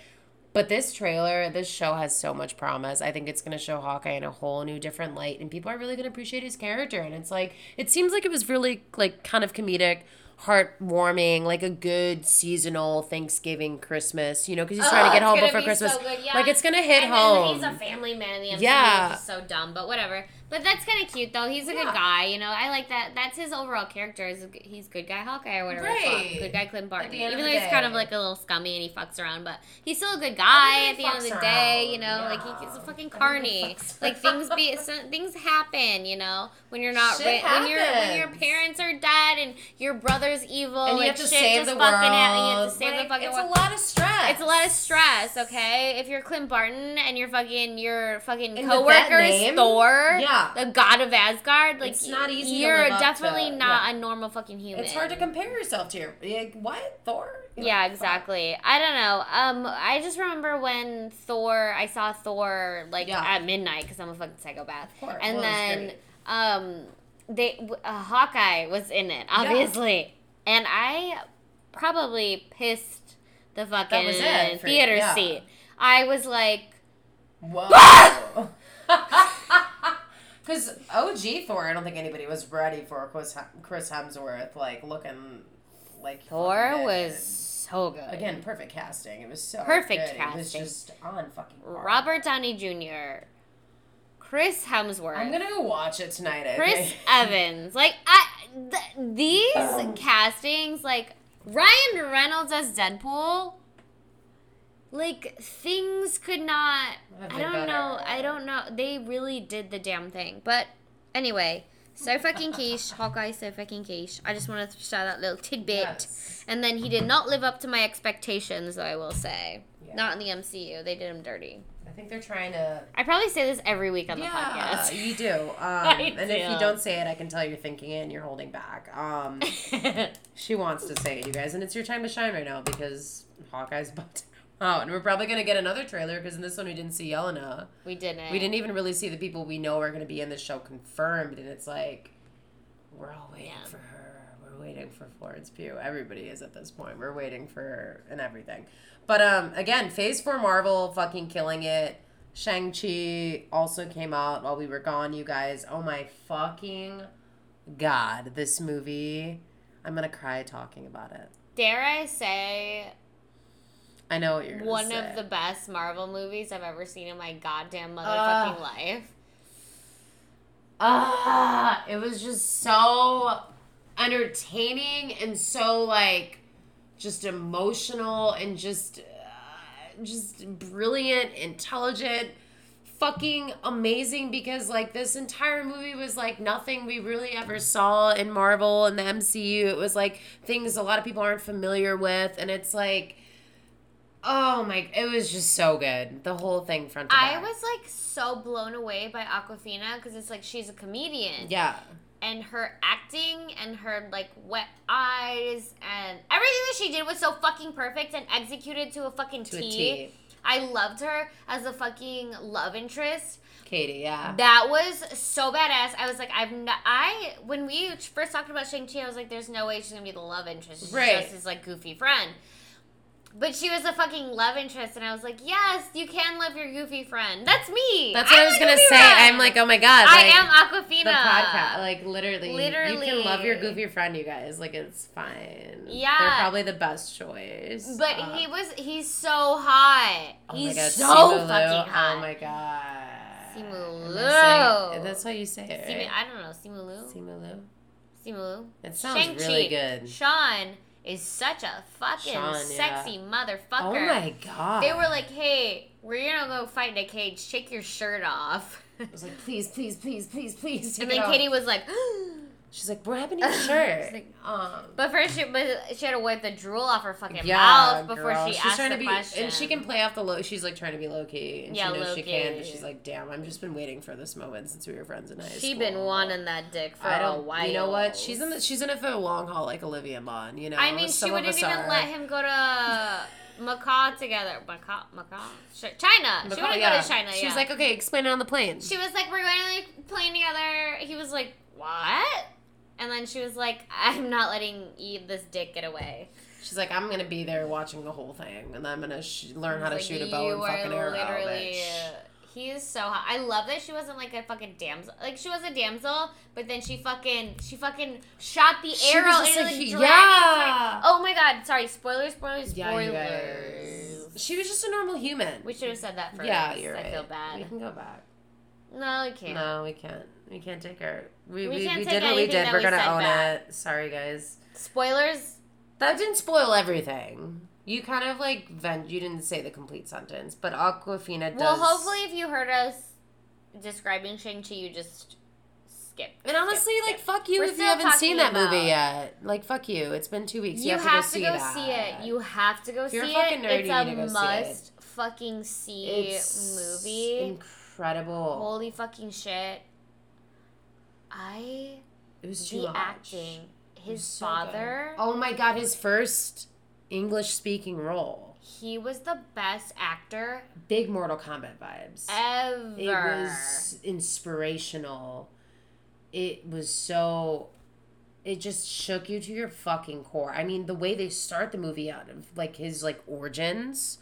B: But this trailer, this show has so much promise. I think it's going to show Hawkeye in a whole new different light, and people are really going to appreciate his character. And it's like, it seems like it was really like kind of comedic heartwarming, like a good seasonal Thanksgiving, Christmas, you know, because he's trying to get home
A: Oh, gonna
B: before
A: be
B: Christmas.
A: so good, yeah.
B: Like it's gonna hit
A: and
B: home.
A: Then he's a family man in the episode.
B: Yeah.
A: Yeah. Which is so dumb, but whatever. But that's kind of cute, though. He's a
B: Yeah.
A: good guy, you know. I like that. That's his overall character. Is he's good guy Hawkeye or whatever. the fuck.
B: Right.
A: Good guy Clint Barton.
B: the end of
A: Even though
B: the
A: he's kind of
B: day.
A: like a little scummy and he fucks around, but he's still a good guy at
B: Everybody
A: the end of the
B: fucks
A: day, you know.
B: around,
A: Like
B: yeah.
A: he, he's a fucking
B: Everybody
A: carny.
B: fucks
A: Like things be some, things happen, you know. When you're not
B: Shit
A: ri- when your when your
B: happens.
A: parents are dead and your brother's evil,
B: and
A: like
B: you have to
A: shit
B: save
A: just
B: the world.
A: fucking happen. You have to save
B: Like,
A: the fucking
B: it's
A: world.
B: a lot of stress.
A: It's a lot of stress, okay? If you're Clint Barton and you're fucking your fucking
B: And with that
A: coworker's
B: name,
A: Thor,
B: yeah.
A: the god of Asgard, like
B: It's not easy to
A: You're
B: live up
A: definitely
B: to,
A: not
B: yeah.
A: a normal fucking human.
B: It's hard to compare yourself to your like what Thor.
A: Yeah,
B: Like,
A: exactly. I don't know. Um, I just remember when Thor, I saw Thor like
B: Yeah.
A: at midnight because I'm a fucking psychopath.
B: Of course.
A: And
B: Well, it's
A: then,
B: great.
A: um, they w- uh, Hawkeye was in it, obviously, and I probably pissed the fucking
B: was it for you,
A: theater
B: yeah.
A: seat. I was like,
B: Whoa. Because OG Thor, I don't think anybody was ready for Chris Hem- Chris Hemsworth like looking like he
A: Thor
B: fucking
A: was
B: did.
A: so good.
B: again perfect casting. It was so
A: Perfect
B: good. It was
A: casting.
B: just on fucking. par.
A: Robert Downey Jr., Chris Hemsworth,
B: I'm gonna go watch it tonight. I
A: Chris
B: think.
A: Evans. Like I, th-
B: Um.
A: these castings, like Ryan Reynolds as Deadpool. Like things could not.
B: Have
A: I
B: been
A: don't know.
B: better.
A: I don't know. They really did the damn thing. But anyway, so fucking quiche, Hawkeye, so fucking quiche. I just want to shout that little tidbit.
B: Yes.
A: And then he did not live up to my expectations, though I will say.
B: Yeah.
A: Not in the MCU. They did him dirty.
B: I think they're trying to.
A: I probably say this every week on the
B: Yeah,
A: podcast.
B: you do. Um,
A: I
B: and if you
A: do.
B: don't say it, I can tell you're thinking it and you're holding back. Um, she wants to say it, you guys, and it's your time to shine right now because Hawkeye's about to come out, and we're probably gonna get another trailer because in this one we didn't see Yelena.
A: we didn't.
B: We didn't even really see the people we know are gonna be in the show confirmed, and it's like we're all waiting
A: Yeah.
B: for her. We're waiting for Florence Pugh. Everybody is at this point. We're waiting for her and everything. But um, again, Phase Four Marvel fucking killing it. Shang Chi also came out while we were gone, you guys. Oh my fucking god, this movie. I'm gonna cry talking about it.
A: Dare I say
B: I know what you're gonna
A: one
B: say.
A: of the best Marvel movies I've ever seen in my goddamn
B: Ah.
A: motherfucking life.
B: Ah, it was just so entertaining and so like just emotional and just uh, just brilliant, intelligent, fucking amazing because like this entire movie was like nothing we really ever saw in Marvel and the MCU. It was like things a lot of people aren't familiar with and it's like oh my it was just so good. The whole thing front to
A: I
B: back.
A: was like so blown away by Aquafina because it's like she's a comedian
B: yeah.
A: and her acting and her like wet eyes and everything that she did was so fucking perfect and executed to a fucking
B: To a
A: T.
B: T.
A: I loved her as a fucking love interest.
B: Katie, yeah.
A: That was so badass. I was like, I've n I when we first talked about Shang Chi, I was like, there's no way she's gonna be the love interest. She's
B: Right.
A: just his like goofy friend. But she was a fucking love interest, and I was like, yes, you can love your goofy friend. That's me.
B: That's what
A: I'm
B: I was
A: a
B: gonna
A: goofy
B: say.
A: friend.
B: I'm like, oh my god,
A: I
B: like,
A: am Aquafina.
B: the podcast. Like literally, you
A: Literally.
B: can love your goofy friend, you guys. Like it's fine.
A: Yeah.
B: they're probably the best choice.
A: But
B: Uh,
A: he was, he's so hot.
B: oh my
A: he's
B: God,
A: so
B: Simu
A: fucking
B: Liu.
A: hot.
B: Oh my god,
A: Simu
B: Am I saying-
A: Liu.
B: That's how you say it,
A: Simu,
B: right?
A: I don't know, Simu Lu?
B: Simu Liu.
A: Simu Lu?
B: It sounds really good.
A: Sean is such a fucking
B: Sean, yeah.
A: sexy motherfucker.
B: Oh my god.
A: They were like, hey, we're gonna go fight in a cage. Take your shirt off.
B: I was like, please, please, please, please, please. take
A: and
B: it
A: then
B: off.
A: Katie was like,
B: she's like, what happened to your shirt?
A: She's like,
B: um,
A: but first she, but she had to wipe the drool off her fucking mouth before
B: girl.
A: she asked the
B: to be,
A: question.
B: And she can play off the low. She's like trying to be low key, and
A: Yeah,
B: she knows she
A: low-key.
B: can. But she's like, damn, I've just been waiting for this moment since we were friends in high school.
A: She been wanting that dick for
B: I
A: a
B: don't.
A: while.
B: You know what? She's in. The, she's in it for the long haul, like Olivia Munn. You know.
A: I mean,
B: Some
A: she
B: of
A: wouldn't
B: us
A: even
B: are.
A: let him go to Macau together. Macau, Macau, Sh- China.
B: But
A: she
B: call-
A: wouldn't
B: yeah.
A: go to China.
B: She
A: yeah.
B: was like, okay, explain it on the plane.
A: she was like, we're going to like plane together. He was like, what? And then she was like, I'm not letting you, this dick get away.
B: she's like, I'm gonna be there watching the whole thing, and I'm gonna sh- learn
A: I
B: how to
A: was like,
B: shoot a bow and
A: "You are
B: fucking arrow.
A: literally-
B: bitch."
A: He is so hot. I love that she wasn't like a fucking damsel. Like she was a damsel, but then she fucking she fucking shot the
C: She
A: arrow
C: was just
A: into
C: like,
A: the
C: he-
A: dragon's
C: yeah.
A: heart. Oh my god! Sorry, spoilers, spoilers,
B: Yeah, you
A: spoilers.
B: guys. She was just a normal human.
A: We should have said that first.
B: yeah, you're
A: I
B: right.
A: feel
B: We
A: bad.
B: can go back.
A: No, we can't.
B: No, we can't. We can't take our. We,
A: We
B: we, we,
A: can't take
B: did what we
A: anything
B: did.
A: that
B: We're
A: we
B: gonna
A: said
B: own
A: back.
B: it. Sorry, guys.
A: Spoilers.
B: That didn't spoil everything. You kind of like vent. You didn't say the complete sentence, but Aquafina does.
A: Well, hopefully, if you heard us describing Shang Chi, you just skip.
B: And honestly,
A: skip,
B: like
A: skip.
B: fuck you
A: We're
B: if you
A: still
B: haven't seen that
A: talking
B: movie
A: about-
B: yet. Like fuck you. It's been two weeks.
A: you, have, to go, see,
B: that.
A: it. You have to go
B: If
A: see
B: you're a
A: it.
B: fucking nerd,
A: it's
B: you
A: a
B: need to go see it.
A: must fucking see
B: It's
A: movie.
B: Incredible.
A: Holy fucking shit! I
B: it was too
A: the
B: much.
A: acting.
B: It was
A: His
B: so
A: father.
B: good. Oh my god, his first English speaking role.
A: He was the best actor
B: Big Mortal Kombat vibes.
A: ever.
B: It was inspirational. It was so. It just shook you to your fucking core. I mean, the way they start the movie out of like his like origins,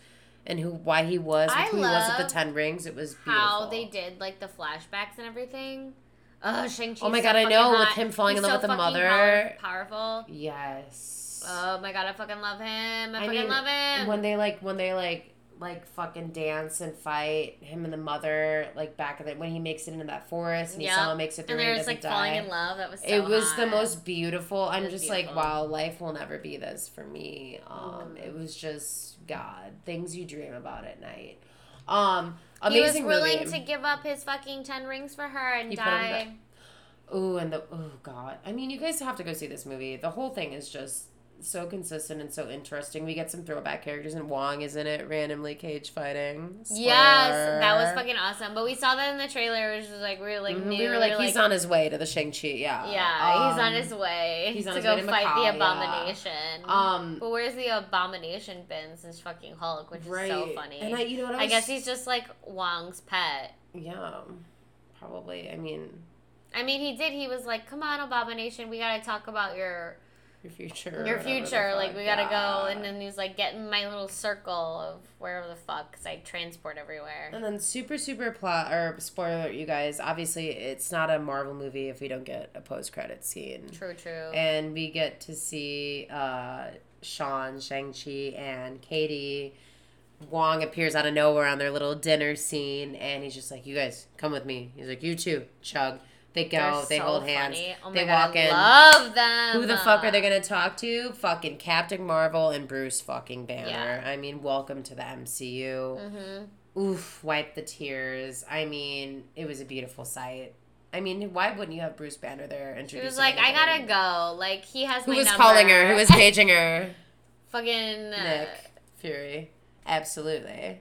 B: and who why he was,
A: I
B: who he was at the
A: love
B: Ten Rings. It was beautiful.
A: how they did like the flashbacks and everything. Oh, Shang Chi.
B: Oh my God, I know, with him falling in love with the mother.
A: Powerful.
B: Yes.
A: Oh my god, I fucking love him. I, fucking
B: mean,
A: love him.
B: When they like, when they like, like fucking dance and fight him and the mother, like back in the when he makes it into that forest and
A: Yep.
B: he somehow makes it through
A: and
B: and,
A: they're
B: he
A: just
B: doesn't
A: like
B: die.
A: falling in love. That was so
B: it was the
A: hot.
B: most beautiful. I'm
A: was
B: just like,
A: beautiful.
B: wow, life will never be this for me. Um, it was just God, things you dream about at night. Um,
A: He
B: amazing
A: was willing
B: movie.
A: to give up his fucking ten rings for her and
B: He put him
A: die.
B: Ooh, and the oh god. I mean, you guys have to go see this movie. The whole thing is just so consistent and so interesting. We get some throwback characters, and Wong is in it randomly cage fighting.
A: Yes, that was
B: Spoiler.
A: fucking awesome. But we saw that in the trailer, which was like we were like
B: Mhm,
A: new.
B: We were like, he's on his way to the Shang Chi. Yeah,
A: Yeah, he's on
B: Um,
A: his way
B: he's on
A: to
B: his
A: go
B: way to
A: fight
B: Macau, yeah.
A: the abomination.
B: Um,
A: but where's the abomination been since fucking Hulk, which is
B: right.
A: so funny.
B: And I, you know what? I,
A: I
B: was-
A: guess he's just like Wong's pet.
B: yeah, probably. I mean,
A: I mean, he did. He was like, "Come on, Abomination, we gotta talk about your
B: your future. or
A: your
B: whatever the
A: future. Like,
B: fuck.
A: we gotta go."
B: Yeah.
A: And then he was like, "Get in my little circle of wherever the fuck, 'cause I transport everywhere."
B: And then super super plot or spoiler, alert, you guys. Obviously, it's not a Marvel movie if we don't get a post credit scene.
A: True, true.
B: and we get to see uh, Sean, Shang Chi, and Katie. Wong appears out of nowhere on their little dinner scene, and he's just like, "You guys, come with me." He's like, "You too." Chug. They
A: They're
B: go. they
A: so
B: hold hands.
A: funny. Oh my
B: they
A: God,
B: walk
A: I
B: in.
A: Love them.
B: Who the fuck are they gonna talk to? Fucking Captain Marvel and Bruce fucking Banner. I mean, welcome to the MCU.
A: Mm-hmm.
B: Oof, wipe the tears. I mean, it was a beautiful sight. I mean, why wouldn't you have Bruce Banner there
A: She
B: introducing?
A: was like, "I
B: everybody?
A: gotta go." Like he has.
B: Who
A: my
B: was
A: number.
B: calling her? Who was paging her?
A: fucking uh,
B: Nick Fury. Absolutely.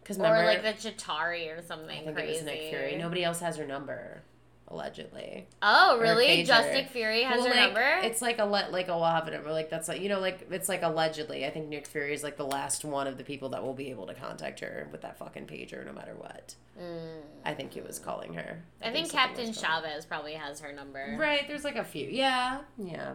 B: Because
A: or
B: remember,
A: like the Chitari or something
B: I think
A: crazy.
B: it was Nick Fury. Nobody else has her number, allegedly.
A: Oh,
B: or
A: really?
B: pager.
A: Just Nick Fury has
B: Well,
A: her
B: like,
A: number.
B: It's like a le- like a will have a number. Like that's like you know like it's like allegedly. I think Nick Fury is like the last one of the people that will be able to contact her with that fucking pager, no matter what.
A: Mm.
B: I think he was calling her.
A: I think
B: something
A: Captain
B: was going on.
A: Chavez probably has her number.
B: Right, there's like a few. Yeah, yeah.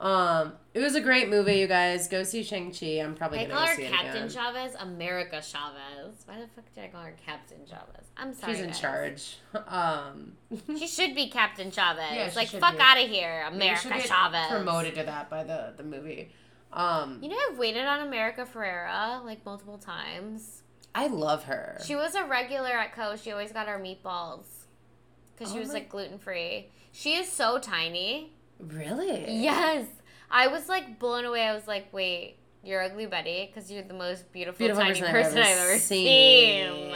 B: Um, it was a great movie, you guys. Go see Shang Chi. I'm probably
A: I
B: gonna
A: call
B: go
A: her
B: see it
A: Captain
B: again.
A: Chavez, America Chavez. Why the fuck did I call her Captain Chavez? I'm sorry.
B: She's in
A: guys.
B: charge. Um,
A: She should be Captain Chavez.
B: Yeah, she
A: like
B: should
A: fuck
B: be.
A: out of here,
B: you should
A: America
B: get
A: Chavez.
B: Promoted to that by the the movie. Um,
A: You know, I've waited on America Ferrera like multiple times.
B: I love her.
A: She was a regular at Co. She always got our meatballs because she
B: Oh
A: was
B: my-
A: like gluten free. She is so tiny.
B: really?
A: Yes, I was like blown away. I was like, wait, you're ugly Betty because you're the most beautiful,
B: Beautiful
A: tiny
B: person,
A: person I've ever seen.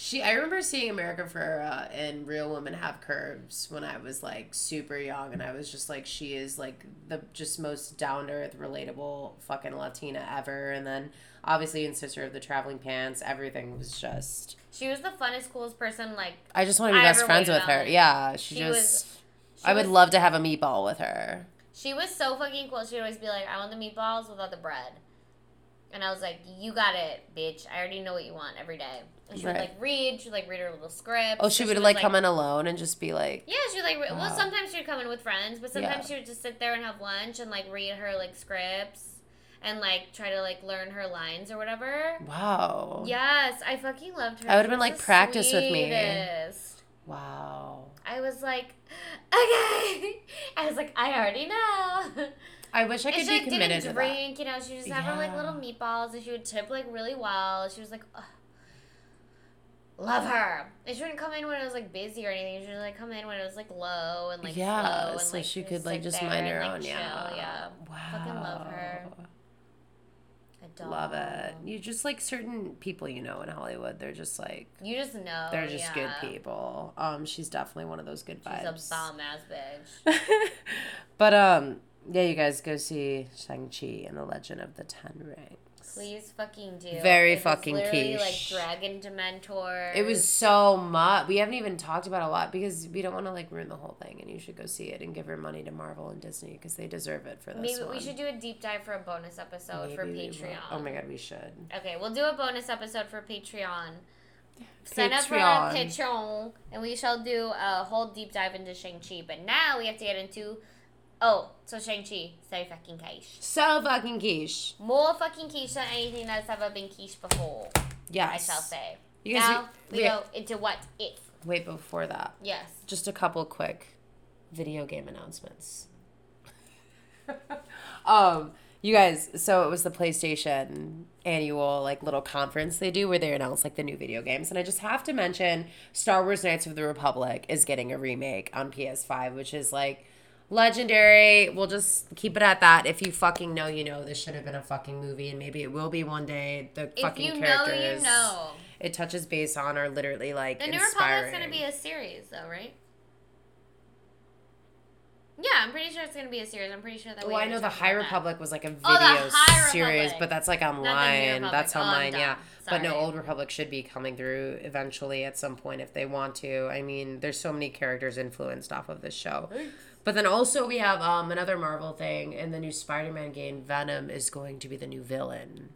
B: She, I remember seeing America Ferrera in Real Women Have Curves when I was like super young, and I was just like, she is like the just most down to earth, relatable fucking Latina ever. And then obviously in Sister of the Traveling Pants, everything was just.
A: She was the funnest, coolest person. Like
B: I just want to be
A: I
B: best
A: ever
B: friends
A: waited
B: with
A: on
B: her.
A: it.
B: Yeah, she,
A: She
B: just.
A: was-
B: I would
A: was-
B: love to have a meatball with her.
A: she was so fucking cool. She'd always be like, I want the meatballs without the bread. And I was like, you got it, bitch. I already know what you want every day. And she would
B: Right.
A: like read. She'd like read her little script.
B: Oh, she would like, come in alone and just be like,
A: Yeah, she would like re-
B: Wow.
A: well sometimes she would come in with friends, but sometimes
B: Yeah.
A: she would just sit there and have lunch and like read her like scripts. and like try to like learn her lines or whatever.
B: Wow.
A: Yes, I fucking loved her.
B: I would've
A: She
B: been
A: was
B: like,
A: the
B: "Practice with me."
A: sweetest.
B: Wow.
A: I was like, okay. I was like, I already know.
B: I wish I
A: And
B: could
A: she
B: be
A: like
B: committed
A: didn't
B: to that.
A: drink, you know. She would just have her like
B: Yeah.
A: little meatballs, and she would tip like really well. She was like, ugh, love her. And she wouldn't come in when it was like busy or anything. She would like come in when it was like low and like
B: yeah,
A: slow and,
B: so
A: like,
B: she could like
A: sit
B: just
A: there
B: mind
A: and,
B: her
A: like,
B: own.
A: chill.
B: Yeah.
A: yeah.
B: Wow.
A: Fucking love her. Adorable.
B: Love it. You just like certain people you know in Hollywood. They're just like
A: You just know
B: they're just
A: Oh, yeah.
B: good people. Um, she's definitely one of those good
A: She's
B: vibes.
A: a bomb ass bitch.
B: but um, yeah, you guys go see Shang Chi and the Legend of the Ten Rings.
A: Please fucking do.
B: Very
A: It was
B: fucking
A: literally,
B: quiche.
A: Like dragon dementor.
B: It was so much. We haven't even talked about a lot because we don't want to like ruin the whole thing. And you should go see it and give her money to Marvel and Disney because they deserve it for this
A: Maybe
B: one.
A: we should do a deep dive for a bonus episode for
B: Maybe we will.
A: Patreon.
B: Oh my god, we should.
A: Okay, we'll do a bonus episode for Patreon. Sign up for our
B: Patreon.
A: Patreon, and we shall do a whole deep dive into Shang Chi. But now we have to get into oh, so Shang Chi, so fucking quiche,
B: So fucking quiche.
A: more fucking quiche than anything that's ever been quiche before.
B: Yes.
A: I shall say.
B: You guys,
A: now
B: we-
A: we,
B: we-
A: go into what if.
B: Wait, before that,
A: Yes.
B: just a couple quick video game announcements. um, you guys, so it was the PlayStation annual like little conference they do where they announce like the new video games, and I just have to mention Star Wars: Knights of the Republic is getting a remake on PS5, which is like legendary. We'll just keep it at that. If you fucking know, you know this should have been a fucking movie, and maybe it will be one day. The
A: If
B: fucking
A: you know,
B: characters
A: you know.
B: it touches base on are literally like
A: The New
B: inspiring.
A: Republic's gonna be a series, though, right? Yeah, I'm pretty sure it's gonna be a series. I'm pretty sure that. we
B: Well, Oh, I
A: already
B: know the
A: talked
B: High
A: about that.
B: Republic was like a video
A: Oh, the High
B: series,
A: Republic.
B: but that's like
A: New
B: online.
A: Republic.
B: That's
A: Oh, I'm
B: online,
A: dumb.
B: yeah. But no,
A: Sorry.
B: Old Republic should be coming through eventually at some point if they want to. I mean, there's so many characters influenced off of this show. But then also we have um, another Marvel thing in the new Spider-Man game. Venom is going to be the new villain.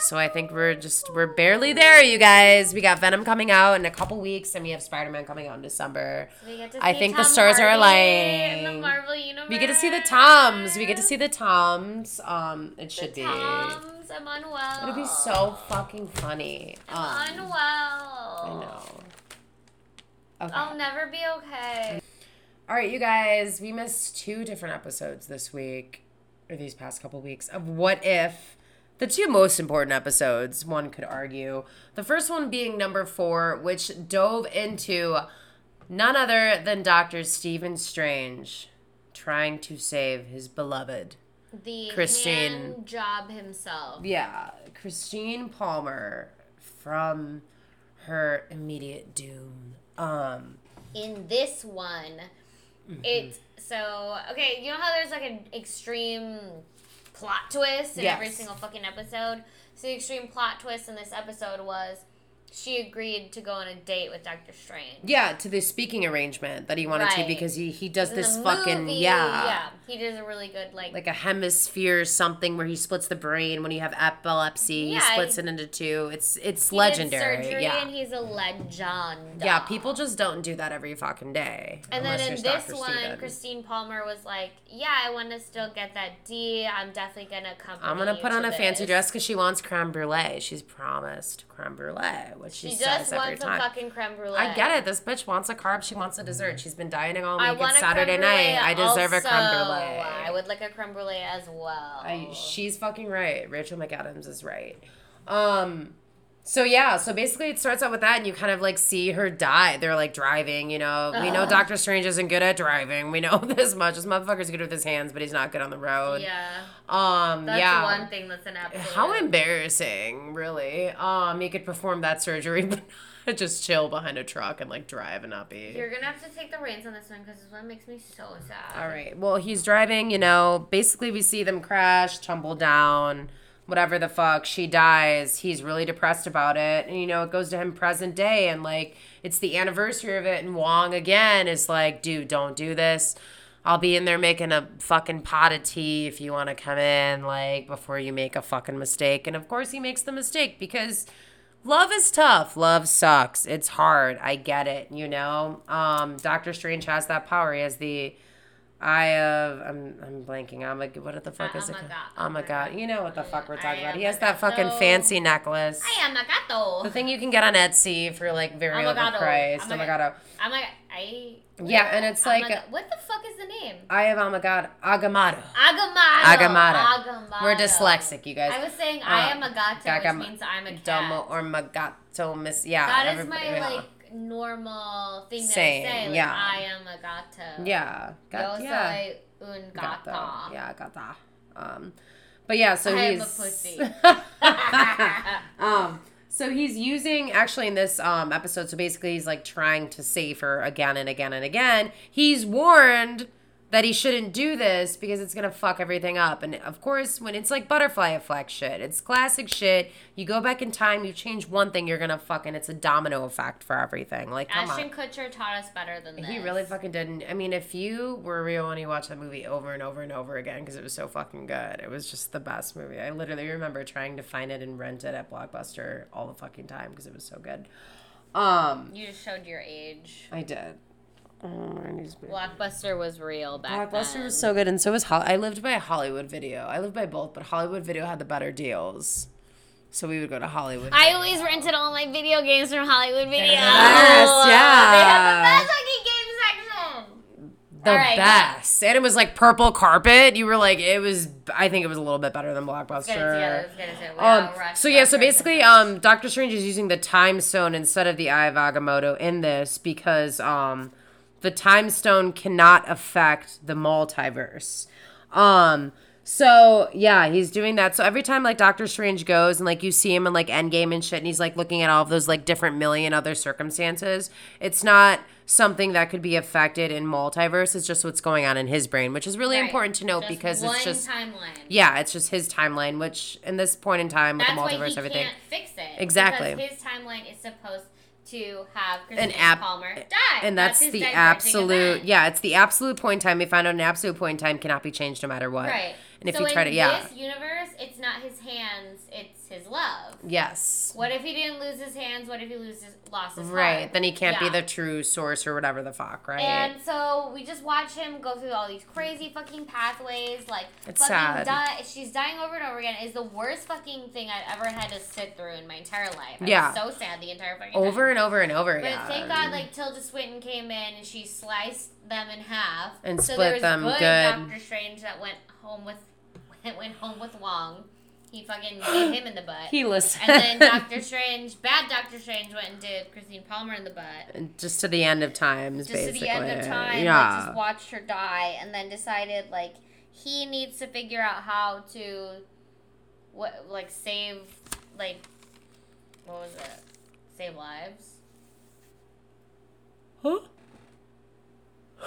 B: So I think we're just we're barely there, you guys. We got Venom coming out in a couple weeks, and we have Spider-Man coming out in December.
A: We get to
B: I
A: see
B: think the
A: Tom
B: stars are
A: Hardy in the
B: aligning.
A: Marvel universe.
B: We get to see the toms. We get to see the toms. Um, it should be.
A: Toms. I'm unwell.
B: It'll be so fucking funny. Um,
A: I'm unwell.
B: I
A: I
B: know. Okay.
A: I'll never be okay.
B: All right, you guys. We missed two different episodes this week, or these past couple weeks of What If. The two most important episodes, one could argue. The first one being number four, which dove into none other than Doctor Stephen Strange trying to save his beloved.
A: The
B: Christine.
A: hand job himself.
B: Yeah, Christine Palmer from her immediate doom. Um,
A: in this one
B: Mm-hmm.
A: it so okay you know how there's like an extreme plot twist in every
B: Yes.
A: single fucking episode so the extreme plot twist in this episode was she agreed to go on a date with dr strange
B: yeah, to the speaking arrangement that he wanted to
A: Right.
B: because he he does
A: In
B: this
A: the
B: fucking
A: movie,
B: yeah.
A: yeah he does a really good like,
B: Like a hemisphere something where he splits the brain when you have epilepsy, he
A: Yeah,
B: splits
A: he-
B: it into two. It's it's
A: he did
B: legendary.
A: surgery
B: Yeah.
A: and he's a legend
B: yeah, people just don't do that every fucking day.
A: And then
B: unless
A: in
B: you're
A: this
B: Dr.
A: one,
B: Steven.
A: Christine Palmer was like, "Yeah, I want to still get that D. I'm definitely gonna come.
B: I'm gonna put on a fancy
A: dress.
B: dress because she wants creme brulee. She's promised creme brulee, which she,
A: She
B: says
A: just
B: every
A: wants a
B: time.
A: fucking creme brulee.
B: I get it. This bitch wants a carb. She wants a dessert. She's been dieting all
A: I
B: week.
A: want
B: It's
A: a
B: Saturday
A: creme brulee.
B: night. I deserve a creme
A: also.
B: brulee.
A: I would like a creme brulee as well.
B: I- she's fucking right. Rachel McAdams is right. Um, so yeah, so basically it starts out with that, and you kind of like see her die. They're like driving, you know. We
A: Uh-huh.
B: know Doctor Strange isn't good at driving. We know this much. This motherfucker's good with his hands, but he's not good on the road.
A: yeah,
B: Um,
A: that's
B: yeah.
A: one thing that's an absolute.
B: How embarrassing, really. Um, you could perform that surgery, but just chill behind a truck and like drive and not be.
A: You're gonna have to take the reins on this one because this one makes me so sad.
B: All right. Well, he's driving, you know. Basically, we see them crash, tumble down, whatever the fuck. She dies. He's really depressed about it. And, you know, it goes to him present day. And, like, it's the anniversary of it. And Wong again is like, dude, don't do this. I'll be in there making a fucking pot of tea if you want to come in, like, before you make a fucking mistake. And, of course, he makes the mistake because. Love is tough. Love sucks. It's hard. I get it, you know. Um Doctor Strange has that power. He has the I have I'm I'm blanking. I'm like what the fuck
A: Uh,
B: is it?
A: Amaga-
B: Oh my god. You know what the fuck we're talking about. He has that fucking
A: Amagato.
B: fancy necklace.
A: I am a
B: The
A: gato.
B: thing you can get on Etsy for like very
A: Amagato.
B: little price. Oh my god.
A: Amaga- I'm like I.
B: Yeah, and it's like
A: Amaga- what the fuck is the name?
B: I have oh my god Agamotto.
A: Agamotto.
B: Agamotto.
A: Agamotto.
B: We're dyslexic, you guys. Uh,
A: I was saying I am a gato,
B: Gagam-
A: which means I'm a cat.
B: Domo or Magato Miss. Yeah.
A: that is my
B: everybody- yeah.
A: like normal thing that
B: Saying,
A: I say. Like,
B: yeah.
A: I am a gato.
B: Yeah.
A: Yo
B: Got, yeah.
A: soy un
B: Got the-
A: gato.
B: Yeah, got that. Um, but yeah, so
A: I am a
B: he's
A: Uh, pussy.
B: um, so he's using actually in this um episode. So basically, he's like trying to save her again and again and again. He's warned that he shouldn't do this because it's gonna fuck everything up. And of course, when it's like butterfly effect shit, it's classic shit. You go back in time, you change one thing, you're gonna fucking it's a domino effect for everything. Like, come on.
A: Ashton Kutcher taught us better than this.
B: He really fucking didn't. I mean, if you were real and you watched that movie over and over and over again because it was so fucking good, it was just the best movie. I literally remember trying to find it and rent it at Blockbuster all the fucking time because it was so good. Um,
A: You just showed your age.
B: I did. Oh, I need to be-
A: Blockbuster was real back
B: Blockbuster
A: then.
B: was so good, and so was Hol- I lived by Hollywood Video. I lived by both, but Hollywood Video had the better deals, so we would go to Hollywood.
A: I always rented all my video games from Hollywood Video.
B: best,
A: They have
B: yeah.
A: the best fucking game section.
B: the
A: All right.
B: best. And it was like purple carpet. You were like, it was. I think it was a little bit better than
A: Let's get it together.
B: Blockbuster.
A: Let's get it together. We
B: Um,
A: all rock,
B: so yeah,
A: rock,
B: so
A: rock,
B: basically,
A: rock.
B: um, Doctor Strange is using the time stone instead of the Eye of Agamotto in this because um, the time stone cannot affect the multiverse. Um, so yeah, he's doing that. So every time like Doctor Strange goes and like you see him in like Endgame and shit, and he's like looking at all of those like different million other circumstances. It's not something that could be affected in multiverse. It's just what's going on in his brain, which is really
A: Right.
B: important to note
A: Just
B: because
A: one
B: it's just
A: timeline.
B: yeah, it's just his timeline, which in this point in time with
A: That's
B: the
A: why
B: multiverse,
A: he
B: everything.
A: can't fix it.
B: Exactly.
A: Because his timeline is supposed to have Christine
B: ab-
A: Palmer die.
B: And that's,
A: his
B: the
A: diverging
B: absolute,
A: event.
B: yeah, it's the absolute point in time. We found out an absolute point in time cannot be changed no matter what.
A: Right.
B: And if
A: so
B: you try
A: in
B: to, yeah,
A: this universe, it's not his hands, it's his love.
B: yes,
A: What if he didn't lose his hands? What if he loses lost his
B: right.
A: heart?
B: Then he can't
A: Yeah.
B: be the true source or whatever the fuck, right?
A: And so we just watch him go through all these crazy fucking pathways. Like,
B: It's
A: fucking
B: sad.
A: Di- she's dying over and over again. Is the worst fucking thing I've ever had to sit through in my entire life. I was
B: Yeah.
A: so sad the entire fucking time.
B: over and over and over
A: But
B: again.
A: thank God, like Tilda Swinton came in and she sliced them in half
B: And
A: so
B: split
A: there was
B: them
A: good,
B: good.
A: Doctor Strange that went home with went home with Wong. He fucking hit him in the butt.
B: he listened.
A: and then Doctor Strange, bad Doctor Strange, went and did Christine Palmer in the butt.
B: just to the end of times,
A: Just
B: basically.
A: to the end of time, yeah.
B: Yeah.
A: just watched her die, and then decided like he needs to figure out how to, what like save, like what was it, save lives.
B: Huh?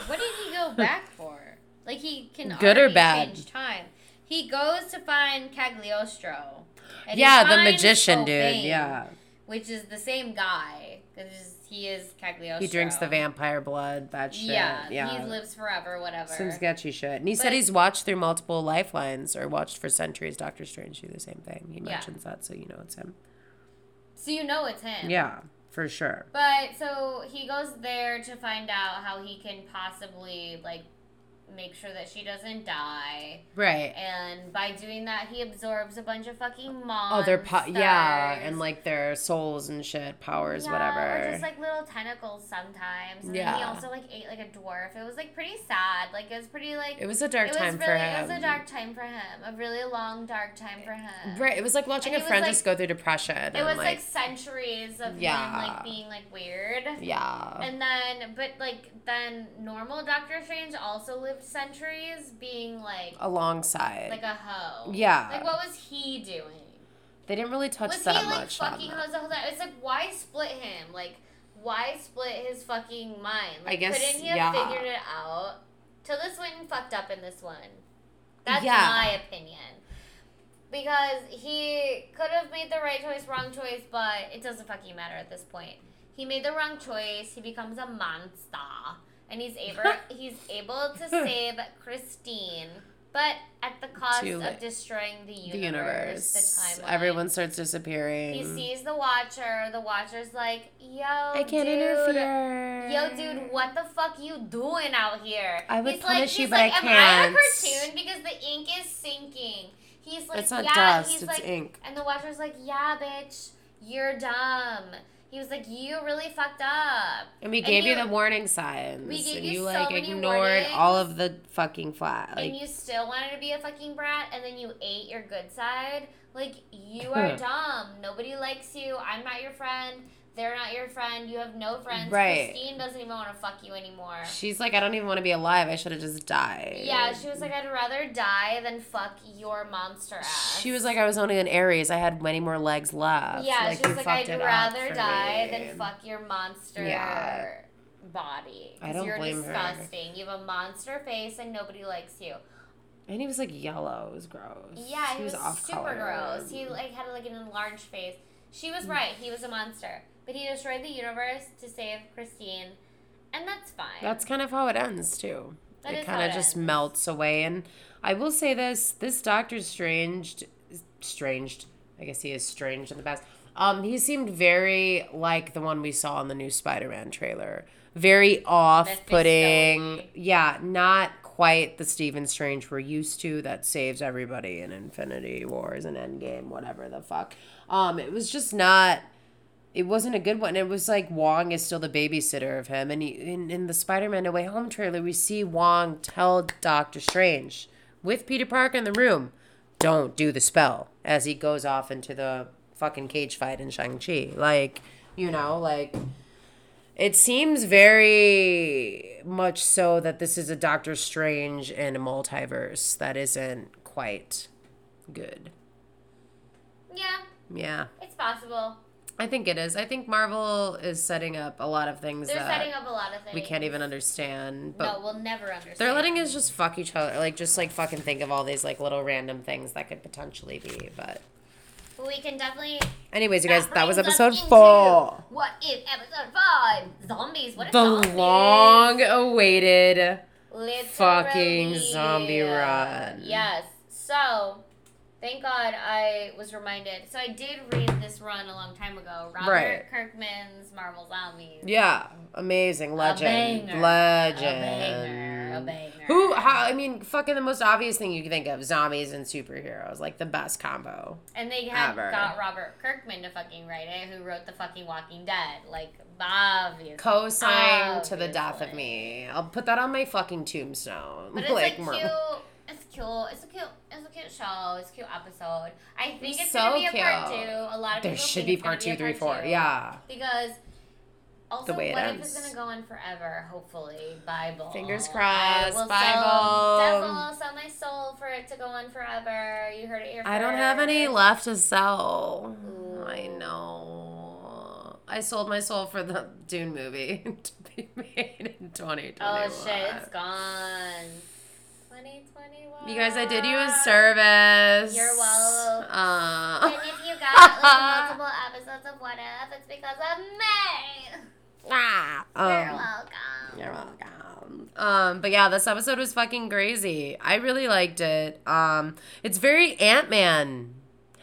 A: What did he go back for? Like he can
B: Good or
A: already
B: bad?
A: change time. He goes to find Cagliostro. and he
B: Yeah, the
A: finds
B: magician dude.
A: Cobain,
B: Yeah.
A: which is the same guy because he is Cagliostro.
B: He drinks the vampire blood, that shit.
A: Yeah,
B: Yeah.
A: he lives forever. Whatever.
B: Some sketchy shit. And he
A: But-
B: said he's watched through multiple lifelines or watched for centuries Doctor Strange do the same thing. He
A: Yeah.
B: mentions that, so you know it's him.
A: so you know it's him.
B: Yeah, for sure.
A: But so he goes there to find out how he can possibly like make sure that she doesn't die.
B: Right.
A: And by doing that, he absorbs a bunch of fucking
B: Oh,
A: monsters.
B: their po- yeah, and like their souls and shit, powers,
A: Yeah,
B: whatever.
A: Or just like little tentacles sometimes. And then he
B: Yeah.
A: also like ate like a dwarf. It was like pretty sad. Like it was pretty like
B: it was a dark
A: it was
B: time
A: really
B: for
A: it
B: him.
A: was a dark time for him. A really long dark time for him.
B: Right. It was like watching
A: And
B: a
A: it was,
B: friend
A: like-
B: just go through depression.
A: It was like centuries of him
B: Yeah.
A: like being like weird.
B: yeah.
A: And then but like then normal Doctor Strange also lived centuries being like
B: Alongside.
A: like a hoe.
B: Yeah.
A: Like what was he doing?
B: they didn't really touch
A: Was he like
B: that much. on
A: fucking
B: that.
A: hoes the whole time? It's like why split him? Like why split his fucking mind? Like,
B: I guess,
A: couldn't he have
B: yeah.
A: figured it out? Tilda Swinton fucked up in this one. That's
B: Yeah.
A: my opinion. Because he could have made the right choice, wrong choice, but it doesn't fucking matter at this point. He made the wrong choice. He becomes a monster, and he's able he's able to save Christine but at the cost
B: To
A: of destroying the universe.
B: the
A: The,
B: universe.
A: timeline.
B: Everyone starts disappearing.
A: He sees the Watcher. The Watcher's like, yo,
B: I can't
A: dude.
B: interfere.
A: Yo, dude, what the fuck you doing out here?
B: I would
A: he's like,
B: punish you,
A: he's
B: but
A: like,
B: I
A: Am I
B: can't."
A: a cartoon? Because the ink is sinking. He's like,
B: It's not
A: yeah.
B: dust,
A: he's
B: it's
A: like,
B: ink.
A: And the Watcher's like, yeah, bitch, you're dumb. He was like, you really fucked up.
B: And we
A: And
B: gave you,
A: you-
B: the warning signs.
A: we gave
B: and
A: you
B: you
A: so
B: like
A: many
B: ignored all of the fucking flat. Like
A: and you still wanted to be a fucking brat and then you ate your good side like you are dumb nobody likes you i'm not your friend they're not your friend you have no friends
B: Right.
A: christine doesn't even want to fuck you anymore
B: she's like, I don't even want to be alive. I should have just died.
A: yeah she was like i'd rather die than fuck your monster ass
B: She was like, I was only an Aries. I had many more legs left.
A: yeah she
B: you
A: was like i'd
B: fucked it up
A: rather
B: for
A: die
B: me."
A: than fuck your monster
B: Yeah.
A: body
B: I
A: 'Cause
B: don't
A: you're
B: blame her.
A: disgusting you have a monster face and nobody likes you
B: And he was like yellow. It was gross.
A: Yeah, he was, super
B: off-color.
A: gross. He like had like an enlarged face. She
B: Mm.
A: was right. He was a monster, but he destroyed the universe to save Christine, and that's fine.
B: That's kind of how it ends too.
A: That
B: it
A: is how
B: kind of
A: it
B: just
A: ends.
B: melts away. And I will say this: this Doctor Strange, Strange, I guess he is strange in the past. Um, he seemed very like the one we saw in the new Spider-Man trailer. Very off-putting.
A: Mephisto-y.
B: Yeah, not quite the Stephen Strange we're used to that saves everybody in Infinity Wars and Endgame, whatever the fuck. Um, it was just not it wasn't a good one. It was like Wong is still the babysitter of him, and he, in in the Spider Man No Way Home trailer, we see Wong tell Doctor Strange with Peter Parker in the room, "Don't do the spell," as he goes off into the fucking cage fight in Shang Chi. Like, you know, like it seems very much so that this is a Doctor Strange in a multiverse that isn't quite good.
A: yeah,
B: Yeah.
A: it's possible.
B: I think it is. I think Marvel is setting up a lot of things
A: They're
B: that
A: setting up a lot of things.
B: we can't even understand. But
A: no, we'll never understand.
B: they're letting us just fuck each other, like just like fucking think of all these like little random things that could potentially be. But
A: But we can definitely.
B: anyways, you guys, that was
A: brings us
B: episode
A: into
B: four,
A: What if episode five? Zombies. What if
B: the
A: zombies?
B: long-awaited.
A: Literally.
B: fucking zombie run.
A: Yes. So, thank God I was reminded. So I did read this run a long time ago. Robert
B: Right.
A: Kirkman's Marvel Zombies.
B: Yeah, amazing legend,
A: banger.
B: legend.
A: A banger. A banger.
B: Who? How? I mean, fucking the most obvious thing you can think of: zombies and superheroes, like the best combo.
A: And they had
B: Ever.
A: got Robert Kirkman to fucking write it, who wrote the fucking Walking Dead. Like, obviously.
B: Co-sign to the death of
A: Obviously.
B: me. I'll put that on my fucking tombstone.
A: But it's like,
B: Marvel.
A: cute. It's cute. It's a cute. It's a cute show. It's a cute episode. I think
B: It's
A: it's, gonna
B: so
A: be a part
B: cute.
A: two. A lot of
B: There
A: people
B: should
A: think
B: be
A: it's gonna
B: part two,
A: a
B: three,
A: part
B: four.
A: two.
B: Yeah.
A: Because also,
B: The way it
A: what if it's
B: ends.
A: gonna go on forever? Hopefully, Bible.
B: Fingers
A: I
B: crossed,
A: will
B: Bible.
A: Sell, devil, sell my soul for it to go on forever. You heard it here.
B: I don't have any
A: first.
B: left to sell. I
A: Ooh.
B: know. I sold my soul for the Dune movie to be made in 2021.
A: Oh shit! It's gone. 2021.
B: You guys, I did you a service.
A: You're welcome.
B: Uh,
A: And if you got like, multiple episodes of What If, it's because of me.
B: ah,
A: You're
B: um,
A: welcome.
B: You're welcome. Um, but yeah, this episode was fucking crazy. I really liked it. Um, it's very Ant Man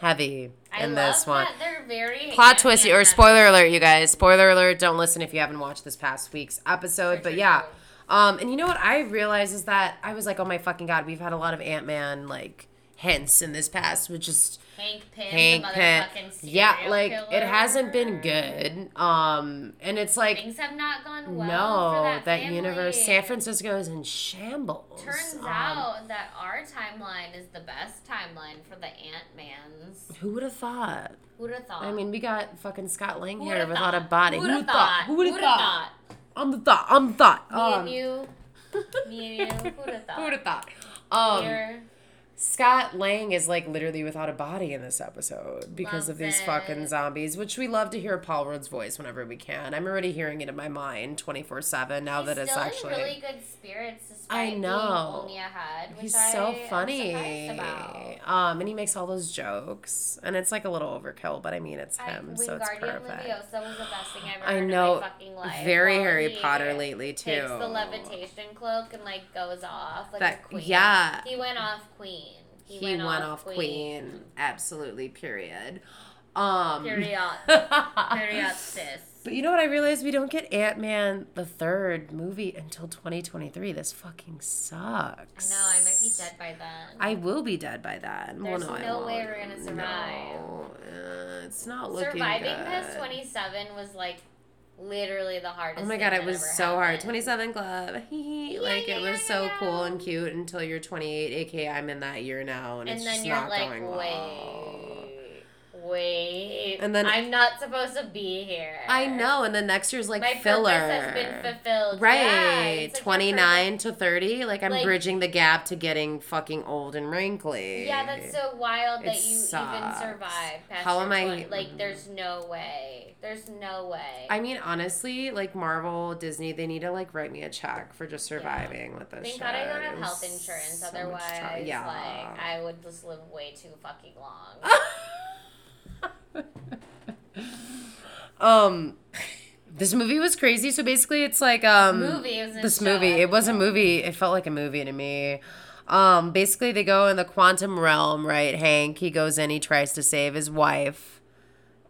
B: heavy
A: I
B: in
A: love
B: this one.
A: That. They're very
B: Plot twist
A: Ant-Man
B: or spoiler alert, you guys. Spoiler alert. Don't listen if you haven't watched this past week's episode.
A: For
B: But
A: sure.
B: yeah. Um, and you know what I realized is that I was like, oh my fucking god, we've had a lot of Ant Man like hints in this past, which just
A: Hank Pym.
B: Hank
A: the
B: Pym.
A: motherfucking
B: Yeah,
A: serial
B: like it
A: killer.
B: hasn't been good. Um, and it's like
A: Things have not gone well.
B: no,
A: for
B: that,
A: that,
B: universe.
A: family.
B: San Francisco is in shambles.
A: Turns
B: Um,
A: out that our timeline is the best timeline for the Ant Mans.
B: Who would have thought?
A: Who'd have thought?
B: I mean, we got fucking Scott Lang
A: Who
B: here
A: would've
B: without a
A: thought?
B: body.
A: Who'd have
B: Who'd
A: thought?
B: Who'd have
A: Who'd
B: thought? I'm the thought. I'm the thought.
A: Me
B: Um,
A: and you. Me and you. Who'd have thought?
B: Who'd have thought? Um,
A: Here.
B: Scott Lang is like literally without a body in this episode because
A: Love
B: of these
A: it.
B: fucking zombies, which we love to hear Paul Rudd's voice whenever we can. I'm already hearing it in my mind 24 7 now that
A: He's
B: it's
A: still
B: actually.
A: in really good spirits despite being
B: know.
A: only ahead. Which
B: He's
A: I
B: so
A: am
B: funny.
A: surprised about.
B: Um, and he makes all those jokes, and it's like a little overkill, but I mean, it's
A: I-
B: him, so it's
A: Wingardium
B: perfect.
A: Leviosa was the best thing I've ever
B: I
A: heard
B: know.
A: in my fucking life.
B: Very
A: While
B: Harry
A: he
B: Potter lately too.
A: Takes the levitation cloak and like goes off like
B: That-
A: a queen.
B: yeah.
A: He went off queen.
B: He, went, off queen. Absolutely. Period. Um,
A: Period. Period, sis.
B: But you know what? I realized we don't get Ant Man the third movie until 2023. This fucking sucks.
A: No, I might be dead by then.
B: I will be dead by then.
A: There's
B: well, no, I
A: no
B: won't.
A: way we're gonna survive.
B: No. Uh, it's not looking
A: Surviving
B: good.
A: past 27 was like literally the hardest.
B: Oh my
A: thing
B: god,
A: that
B: it was
A: ever
B: so hard.
A: happened.
B: 27 Club. like
A: yeah,
B: it
A: yeah,
B: was so
A: yeah.
B: cool and cute until you're 28, aka I'm in that year now, and,
A: And
B: it's
A: then
B: just
A: you're
B: not
A: like,
B: going
A: wait,
B: well.
A: wait.
B: And then-
A: I'm not supposed to be here.
B: I know, and then next year's like
A: My
B: filler.
A: purpose has been fulfilled. Yeah,
B: Right,
A: it's like your
B: 29 to 30. Like, I'm
A: Like-
B: bridging the gap to getting fucking old and
A: purpose-
B: wrinkly.
A: Yeah, that's so wild that
B: It
A: you even
B: sucks.
A: survive. Past
B: How
A: your
B: am I- e-,
A: 20
B: mm.
A: Like, there's no way. There's no way.
B: I mean, honestly, like Marvel, Disney, they need to like write me a check for just surviving with this
A: Thank
B: shit.
A: God I don't
B: It
A: have
B: was
A: health insurance.
B: so much
A: Otherwise,
B: trauma.
A: like, I would just live way too fucking long.
B: um this movie was crazy so basically it's like um
A: movie, it was a
B: this
A: show,
B: movie it was a movie it felt like a movie to me um basically they go in the quantum realm right hank he goes in he tries to save his wife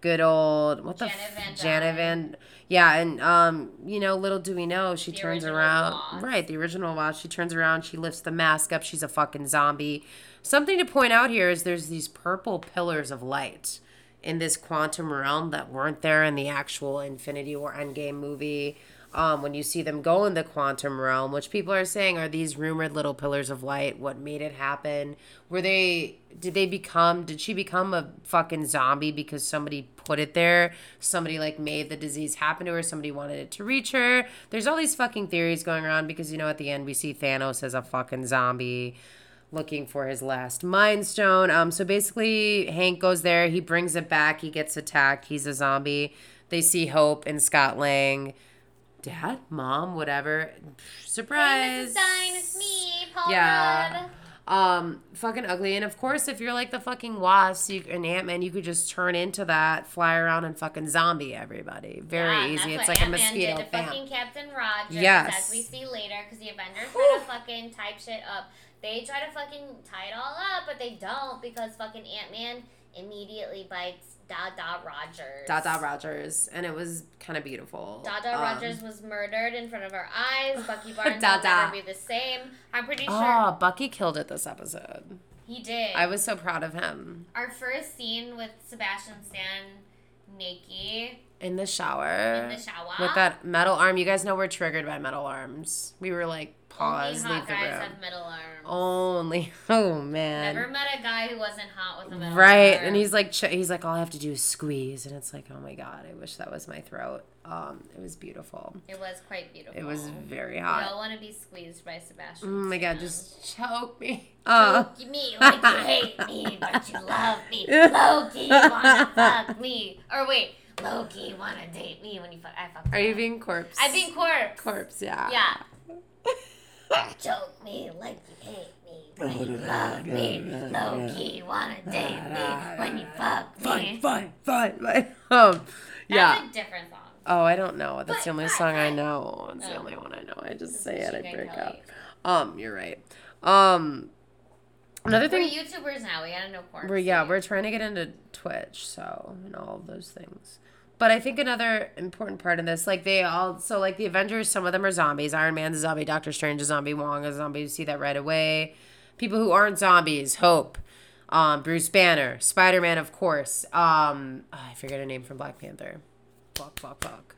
B: good old what the
A: Janet
B: f-
A: Van
B: Janet
A: Dyne.
B: Van yeah and um you know little do we know she
A: The
B: turns
A: original
B: around
A: Wasp.
B: right the original watch she turns around she lifts the mask up she's a fucking zombie something to point out here is there's these purple pillars of light in this quantum realm that weren't there in the actual infinity war endgame movie um, when you see them go in the quantum realm which people are saying are these rumored little pillars of light what made it happen were they did they become did she become a fucking zombie because somebody put it there somebody like made the disease happen to her somebody wanted it to reach her there's all these fucking theories going around because you know at the end we see thanos as a fucking zombie looking for his last mind stone um so basically hank goes there he brings it back he gets attacked he's a zombie they see hope and scott lang dad mom whatever
A: Hey, Mrs.
B: surprise
A: Dine, it's me, Paul
B: Yeah.
A: Rudd.
B: um, fucking ugly. And of course, if you're like the fucking wasp you, and Ant Man, you could just turn into that, fly around and fucking zombie everybody. Very
A: Yeah,
B: easy.
A: That's what
B: It's like a
A: Ant-Man
B: mosquito.
A: Did to
B: Bam.
A: fucking Captain Rogers,
B: Yes.
A: as we see later, because the Avengers try to fucking type shit up. They try to fucking tie it all up, but they don't because fucking Ant Man immediately bites Dada Rogers.
B: Dada Rogers, and it was kind of beautiful.
A: Dada
B: Um,
A: Rogers was murdered in front of our eyes. Bucky Barnes will
B: Dada.
A: never be the same. I'm pretty sure
B: Oh, Bucky killed it this episode.
A: he did.
B: I was so proud of him
A: our first scene with Sebastian Stan, Nikki
B: in the shower.
A: in the shower.
B: With that metal arm, you guys know we're triggered by metal arms. We were like, pause,
A: Only hot
B: leave the
A: guys
B: room.
A: have metal arms.
B: Only, oh man.
A: Never met a guy who wasn't hot with a metal
B: right
A: arm.
B: and he's like ch- he's like all i have to do is squeeze and it's like oh my god i wish that was my throat um it was beautiful
A: It was quite beautiful.
B: it was very
A: We
B: hot
A: all want to be squeezed by Sebastian.
B: oh my god
A: Stan.
B: just choke me
A: Look
B: oh
A: at me like you hate me, but you love me. Loki wanna fuck me, or wait, Loki wanna date me when you fuck. I fuck.
B: are you being corpse
A: I've been corpse.
B: corpse yeah
A: Yeah. Choke me like you hate me, but you love me. Loki wanna date me when you fuck
B: fine
A: me.
B: fine fine fine um yeah
A: That's a different song.
B: oh i don't know that's the
A: Fine,
B: only
A: fine,
B: song i
A: fine.
B: know it's the
A: Oh.
B: only one i know i just say it i
A: Machine Gun
B: break out
A: Kelly.
B: um you're right um another
A: We're
B: thing
A: YouTubers now. We gotta know porn.
B: We're yeah, we're trying to get into Twitch, so and all of those things. But I think another important part of this, like they all, so like the Avengers, some of them are zombies. Iron Man's a zombie, Doctor Strange is a zombie, Wong is a zombie. You see that right away. People who aren't zombies, Hope, um, Bruce Banner, Spider Man, of course. Um, I forget a name from Black Panther. Fuck, fuck, fuck.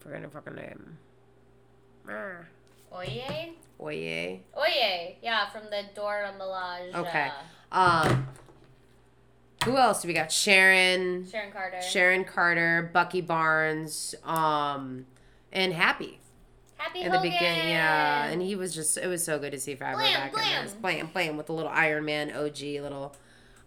B: Forget her fucking name. Mer.
A: Oye.
B: Oye.
A: Oye, yeah, from the uh, Dora Milaje.
B: Okay. Um, who else do we got? Sharon.
A: Sharon Carter.
B: Sharon Carter, Bucky Barnes, um, and Happy.
A: Happy
B: At the
A: Hogan.
B: beginning, yeah, and he was just—it was so good to see Faber
A: Oh, Blam,
B: back in this,
A: blam.
B: playing, playing with the little Iron Man OG little,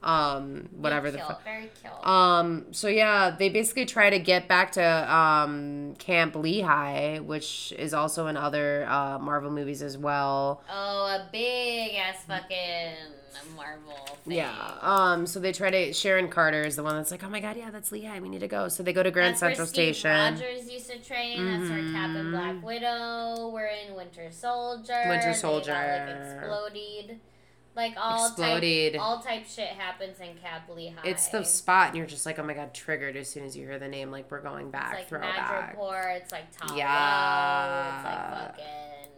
B: um, whatever the.
A: Very
B: Fu-
A: cute, very cute.
B: um. So yeah, they basically try to get back to um Camp Lehigh, which is also in other uh, Marvel movies as well.
A: oh, a big ass fucking Marvel thing.
B: Yeah. Um. So they try to. Sharon Carter is the one that's like, oh my god, yeah, that's Lehigh. We need to go. So they go to Grand
A: That's
B: Central
A: where Steve
B: Station. Mm-hmm.
A: Rogers used to train. That's where Cap and Black Widow were in Winter Soldier.
B: Winter
A: They
B: Soldier.
A: got, like exploded. Like all
B: Exploded.
A: type, all type shit happens in Cap Lehigh.
B: It's the spot, and you're just like, oh my god, triggered as soon as you hear the name. Like we're going back.
A: It's like
B: throwback.
A: Madripoor. It's like Tom.
B: Yeah.
A: Lowe, It's like fucking.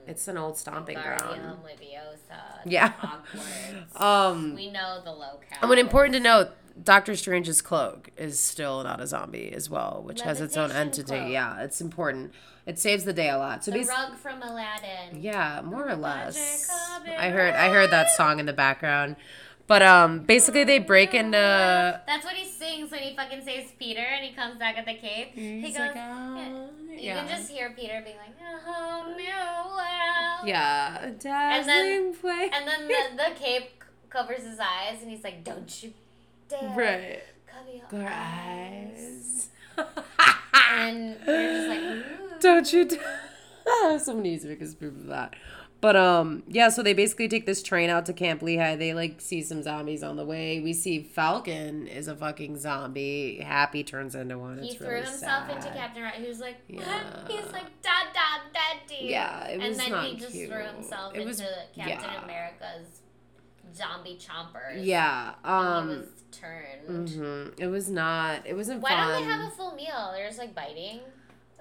B: It's an old stomping ground.
A: Wingardium Leviosa. It's
B: Yeah.
A: Hogwarts.
B: Um.
A: we know the locale.
B: And what important to note, Doctor Strange's cloak is still not a zombie as well, which has its own
A: Levitation
B: entity.
A: cloak.
B: Yeah, it's important. It saves the day a lot. So
A: The
B: basi-
A: rug from Aladdin.
B: Yeah, more or less.
A: Magic
B: I heard I heard that song in the background. But um basically they break into
A: That's what he sings when he fucking saves Peter and he comes back at the cave. he
B: He's
A: goes.
B: like,
A: "Yeah."
B: "Oh,"
A: You
B: yeah.
A: can just hear Peter being like, "Oh, "A whole new world."
B: yeah, dazzling play.
A: And then the, the cape c- covers his eyes and he's like, "Don't you dare
B: right.
A: cover your
B: Our
A: eyes."
B: eyes.
A: And you're just like, "Ooh."
B: Don't you? d- Someone needs to make a spoof of that. But um, yeah. So they basically take this train out to Camp Lehigh. They like see some zombies on the way. We see Falcon is a fucking zombie. Happy turns into one.
A: He
B: it's
A: threw
B: really
A: himself into
B: sad.
A: Captain Right. He was like,
B: Yeah.
A: he's like, da da da dee.
B: Yeah, it was
A: and then
B: not
A: he just
B: cute.
A: threw himself
B: It was-
A: into Captain
B: yeah.
A: America's zombie chompers.
B: Yeah.
A: Um, he
B: Um.
A: was turned.
B: mhm. It was not. It wasn't
A: Why
B: fun.
A: don't they have a full meal? They're just like biting.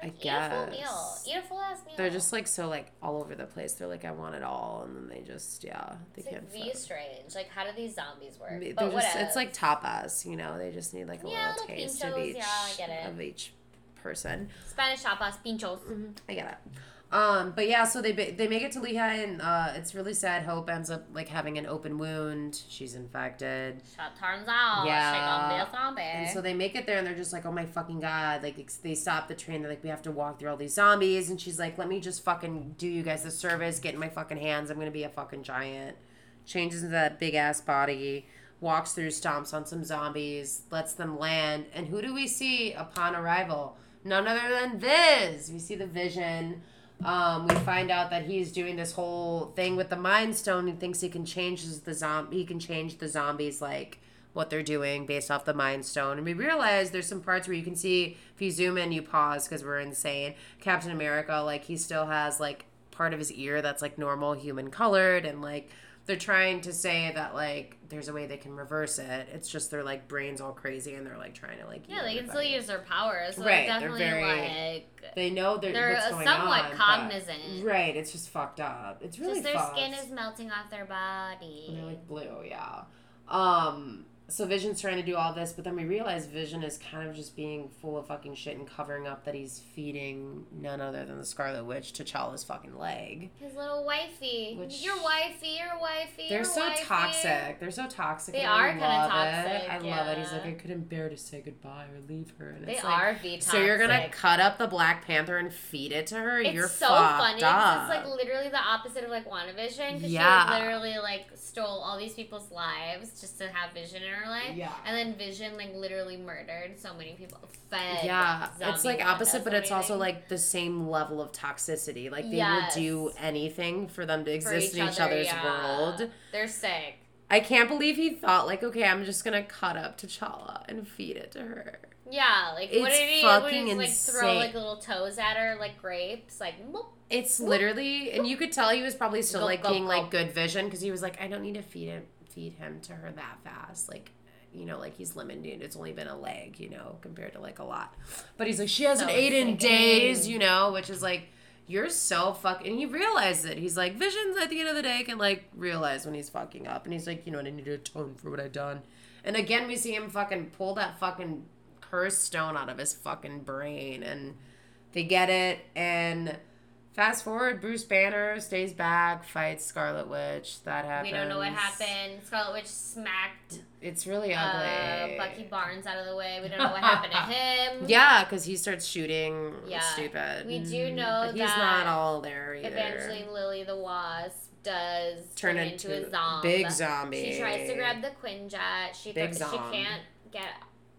B: I
A: Like, Eat a full meal.
B: guess.
A: Eat a full ass meal.
B: They're just like so like all over the place. They're like I want it all, and then they just yeah they
A: It's like
B: can't.
A: V strange. Like, how do these zombies work?
B: They-
A: but
B: they're
A: what
B: just,
A: else?
B: it's like tapas, you know. They just need like a
A: Yeah,
B: little
A: little
B: taste of
A: pinchos,
B: each
A: yeah, I get it.
B: of each person.
A: Spanish tapas, pinchos.
B: I get it. Um, but yeah, so they ba- they make it to Lehigh, and uh, it's really sad. Hope ends up like having an open wound. She's infected,
A: Shot turns out.
B: Yeah.
A: She gonna be a zombie.
B: and so they make it there, and they're just like, "Oh my fucking god!" Like it's- they stop the train. They're like, "We have to walk through all these zombies," and she's like, "Let me just fucking do you guys the service. Get in my fucking hands. I'm gonna be a fucking giant." Changes into that big ass body, walks through, stomps on some zombies, lets them land, and who do we see upon arrival? None other than Viz. We see the Vision. Um, we find out that he's doing this whole thing with the Mind Stone and thinks he can change his- the zombie. He can change the zombies like what they're doing based off the Mind Stone. And we realize there's some parts where you can see if you zoom in, you pause because we're insane. Captain America, like he still has like part of his ear that's like normal human colored and like they're trying to say that like there's a way they can reverse it. It's just their like brains all crazy and they're like trying to like
A: yeah,
B: eat
A: they can still
B: everybody.
A: use their powers. So
B: Right,
A: right.
B: they're
A: Definitely
B: very-
A: like.
B: They know they're,
A: They're
B: what's
A: uh,
B: going
A: somewhat
B: on, but-
A: cognizant.
B: right, it's just fucked up. It's really
A: Because their
B: fucked.
A: skin is melting off their
B: And
A: body.
B: they're like blue, yeah. Um, so Vision's trying to do all this, but then we realize Vision is kind of just being full of fucking shit and covering up that he's feeding none other than the Scarlet Witch T'Challa's fucking leg.
A: His little wifey.
B: Which-
A: your wifey, your wifey.
B: They're
A: your
B: so
A: wifey.
B: toxic. They're so toxic.
A: They
B: and
A: are
B: I
A: kinda
B: love It.
A: toxic,
B: I love it. He's
A: yeah.
B: like, I couldn't bear to say goodbye or leave her. And
A: They
B: it's like,
A: are V toxic.
B: So you're gonna cut up the Black Panther and feed it to her?
A: It's
B: you're
A: so
B: fucked
A: funny
B: up.
A: because it's like literally the opposite of like WandaVision because
B: Yeah.
A: she like, literally like stole all these people's lives just to have Vision in her life.
B: Yeah.
A: And then Vision like literally murdered so many people. Fed.
B: yeah, it's
A: zombies
B: like
A: and
B: opposite,
A: does
B: but it's also
A: amazing
B: like the same level of toxicity. Like they
A: Yes.
B: will do anything for them to
A: for
B: exist in each other's
A: yeah.
B: world.
A: They're sick.
B: I can't believe he thought like, okay, I'm just gonna cut up T'Challa and feed it to her.
A: Yeah, like what
B: It's
A: did he, what did
B: fucking
A: he like throw
B: insane.
A: like little toes at her like grapes like whoop.
B: It's literally, and you could tell he was probably still
A: Gulp,
B: like
A: gulp,
B: being like
A: gulp.
B: good vision because he was like, I don't need to feed him, feed him to her that fast. Like, you know, like he's lemon dude. It's only been a leg, you know, compared to like a lot. But he's like, she hasn't
A: So
B: ate
A: sickening.
B: in days, you know, which is like, you're so fuck. And he realized it. He's like, visions at the end of the day can like realize when he's fucking up. And he's like, you know, what, I need to atone for what I done. And again, we see him fucking pull that fucking cursed stone out of his fucking brain and. They get it, and Fast forward, Bruce Banner stays back, fights Scarlet Witch. That happens.
A: We don't know what happened. Scarlet Witch smacked
B: It's really
A: uh,
B: ugly.
A: Bucky Barnes out of the way. We don't know what happened to him.
B: Yeah, because he starts shooting.
A: Yeah.
B: Stupid. Mm,
A: We do know
B: But he's
A: that
B: not all there either.
A: Evangeline Lily the Wasp does
B: Turn
A: turn, into,
B: into
A: a zombie.
B: big zombie.
A: She tries to grab the Quinjet. She
B: Big
A: throws, she
B: zom.
A: can't get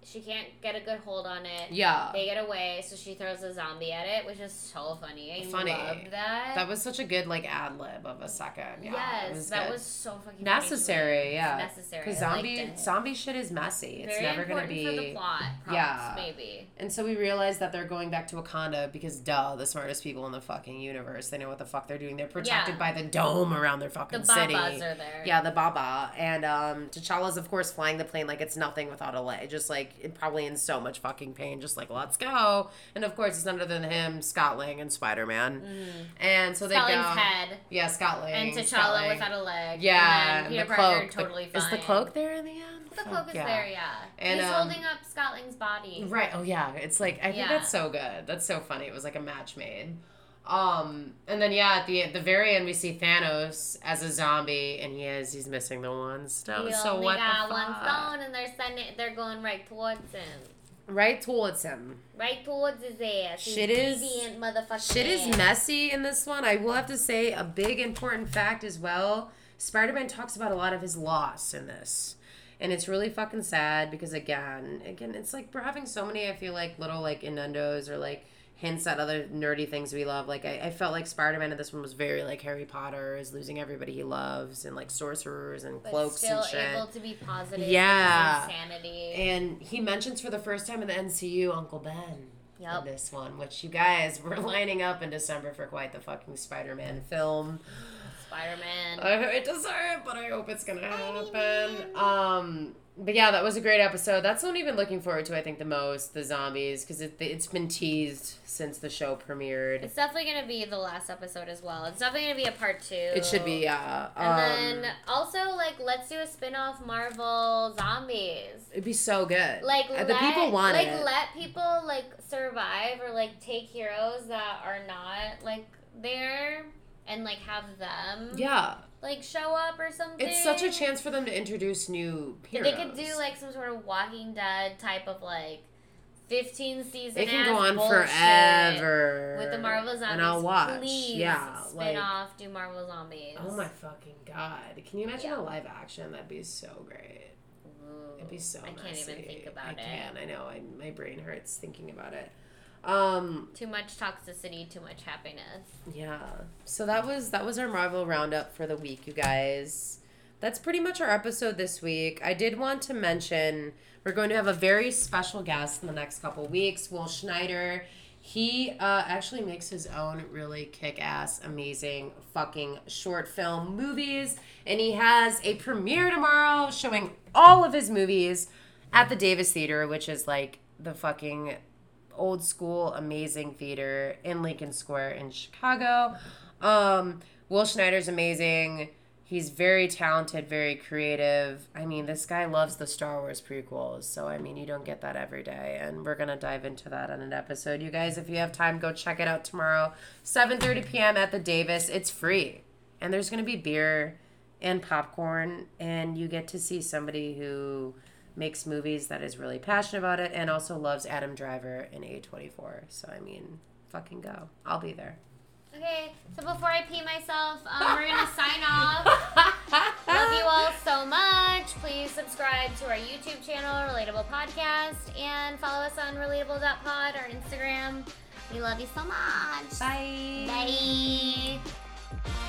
A: she can't get a good hold on it.
B: Yeah.
A: They get away, so she throws a zombie at it, which is so funny. I
B: Funny.
A: loved that.
B: That was such a good like ad lib of a second. Yeah,
A: yes,
B: it was
A: that
B: good.
A: was so fucking funny to me.
B: necessary. Yeah,
A: necessary.
B: Because
A: I
B: zombie
A: liked it.
B: zombie shit is messy. It's
A: Very
B: never gonna
A: important
B: be.
A: for the plot. Props,
B: Yeah.
A: maybe.
B: And so we realized that they're going back to Wakanda because, duh, the smartest people in the fucking universe. They know what the fuck they're doing. They're protected by the dome around their
A: The
B: fucking city.
A: Babas are there.
B: Yeah, the Baba. And um, T'Challa's, of course, flying the plane like it's nothing without a leg. Just like, it probably in so much fucking pain. Just like, let's go. And of course, it's none other than him, Scott Lang, and Spider Man. And so they
A: Scotland's
B: go.
A: Mm. head
B: Yeah, Scott Lang.
A: and
B: Scott
A: T'Challa
B: Lang.
A: without a leg.
B: Yeah,
A: and then Peter
B: the
A: Parker
B: cloak. The-
A: totally fine.
B: Is the cloak there in the end?
A: The
B: Fuck,
A: cloak is
B: yeah.
A: there, yeah.
B: And,
A: He's
B: um,
A: holding up Scotland's body.
B: Right. Oh yeah. It's like I think
A: Yeah.
B: that's so good. That's so funny. It was like a match made. Um, and then yeah, at the at the very end we see Thanos as a zombie, and he is he's missing the one stone.
A: He
B: so
A: only
B: what
A: got
B: the
A: one
B: fuck?
A: stone, and they're sending. They're going right towards him.
B: Right towards him.
A: Right towards his ass. His
B: Shit is-
A: deviant motherfucking
B: Shit is
A: ass.
B: messy in this one. I will have to say a big important fact as well. Spider Man talks about a lot of his loss in this. And it's really fucking sad because again, again, it's like we're having so many, I feel like, little like innuendos or like hints at other nerdy things we love. Like I, I felt like Spider Man in this one was very like Harry Potter is losing everybody he loves and like sorcerers and
A: But
B: cloaks
A: still
B: and shit.
A: able to be positive. because of
B: Yeah.
A: Insanity.
B: And he mentions for the first time in the MCU Uncle Ben.
A: Yup.
B: In this one, which you guys were lining up in December for quite the fucking Spider-Man film.
A: Spider Man.
B: I hope it doesn't, but I hope it's gonna happen. Um, but yeah, that was a great episode. That's the one I've been looking forward to. I think the most the zombies because it, it's been teased since the show premiered.
A: it's definitely gonna be the last episode as well. It's definitely gonna be a part two.
B: It should be yeah.
A: And
B: um,
A: then also like let's do a spin off Marvel zombies.
B: it'd be so good.
A: like
B: Uh,
A: let,
B: the people want
A: like
B: it.
A: let people like survive or like take heroes that are not like there and like have them
B: yeah,
A: like show up or something
B: it's such a chance for them to introduce new heroes.
A: they could do like some sort of walking dead type of like 15 season
B: It can go on
A: bullshit
B: forever
A: with the marvel zombies
B: and I'll watch.
A: please
B: yeah,
A: spin
B: like
A: off do marvel zombies
B: oh my fucking god! Can you imagine
A: Yeah.
B: a live action? That'd be so great.
A: Ooh,
B: It'd be so.
A: i can't
B: messy.
A: even think about
B: I
A: it
B: can. I know. I, my brain hurts thinking about it. Um.
A: too much toxicity too much happiness
B: Yeah. So that was that was our Marvel roundup for the week, you guys. That's pretty much our episode this week. I did want to mention we're going to have a very special guest in the next couple weeks. Will Schneider. He uh, actually makes his own really kick ass, amazing fucking short film movies. And he has a premiere tomorrow showing all of his movies at the Davis Theater, which is like the fucking old school amazing theater in Lincoln Square in Chicago. Um, Will Schneider's amazing. He's very talented, very creative. I mean, this guy loves the Star Wars prequels, so I mean, you don't get that every day. And we're gonna dive into that on an episode, you guys. If you have time, go check it out tomorrow, 7:30 p.m. at the Davis. It's free, and there's gonna be beer and popcorn, and you get to see somebody who makes movies that is really passionate about it and also loves Adam Driver and A24. So, I mean, fucking go. I'll be there.
A: Okay, so before I pee myself, um, we're gonna sign off. Love you all so much. Please subscribe to our YouTube channel, Relatable Podcast, and follow us on relatable.pod or Instagram. We love you so much.
B: Bye.
A: Bye.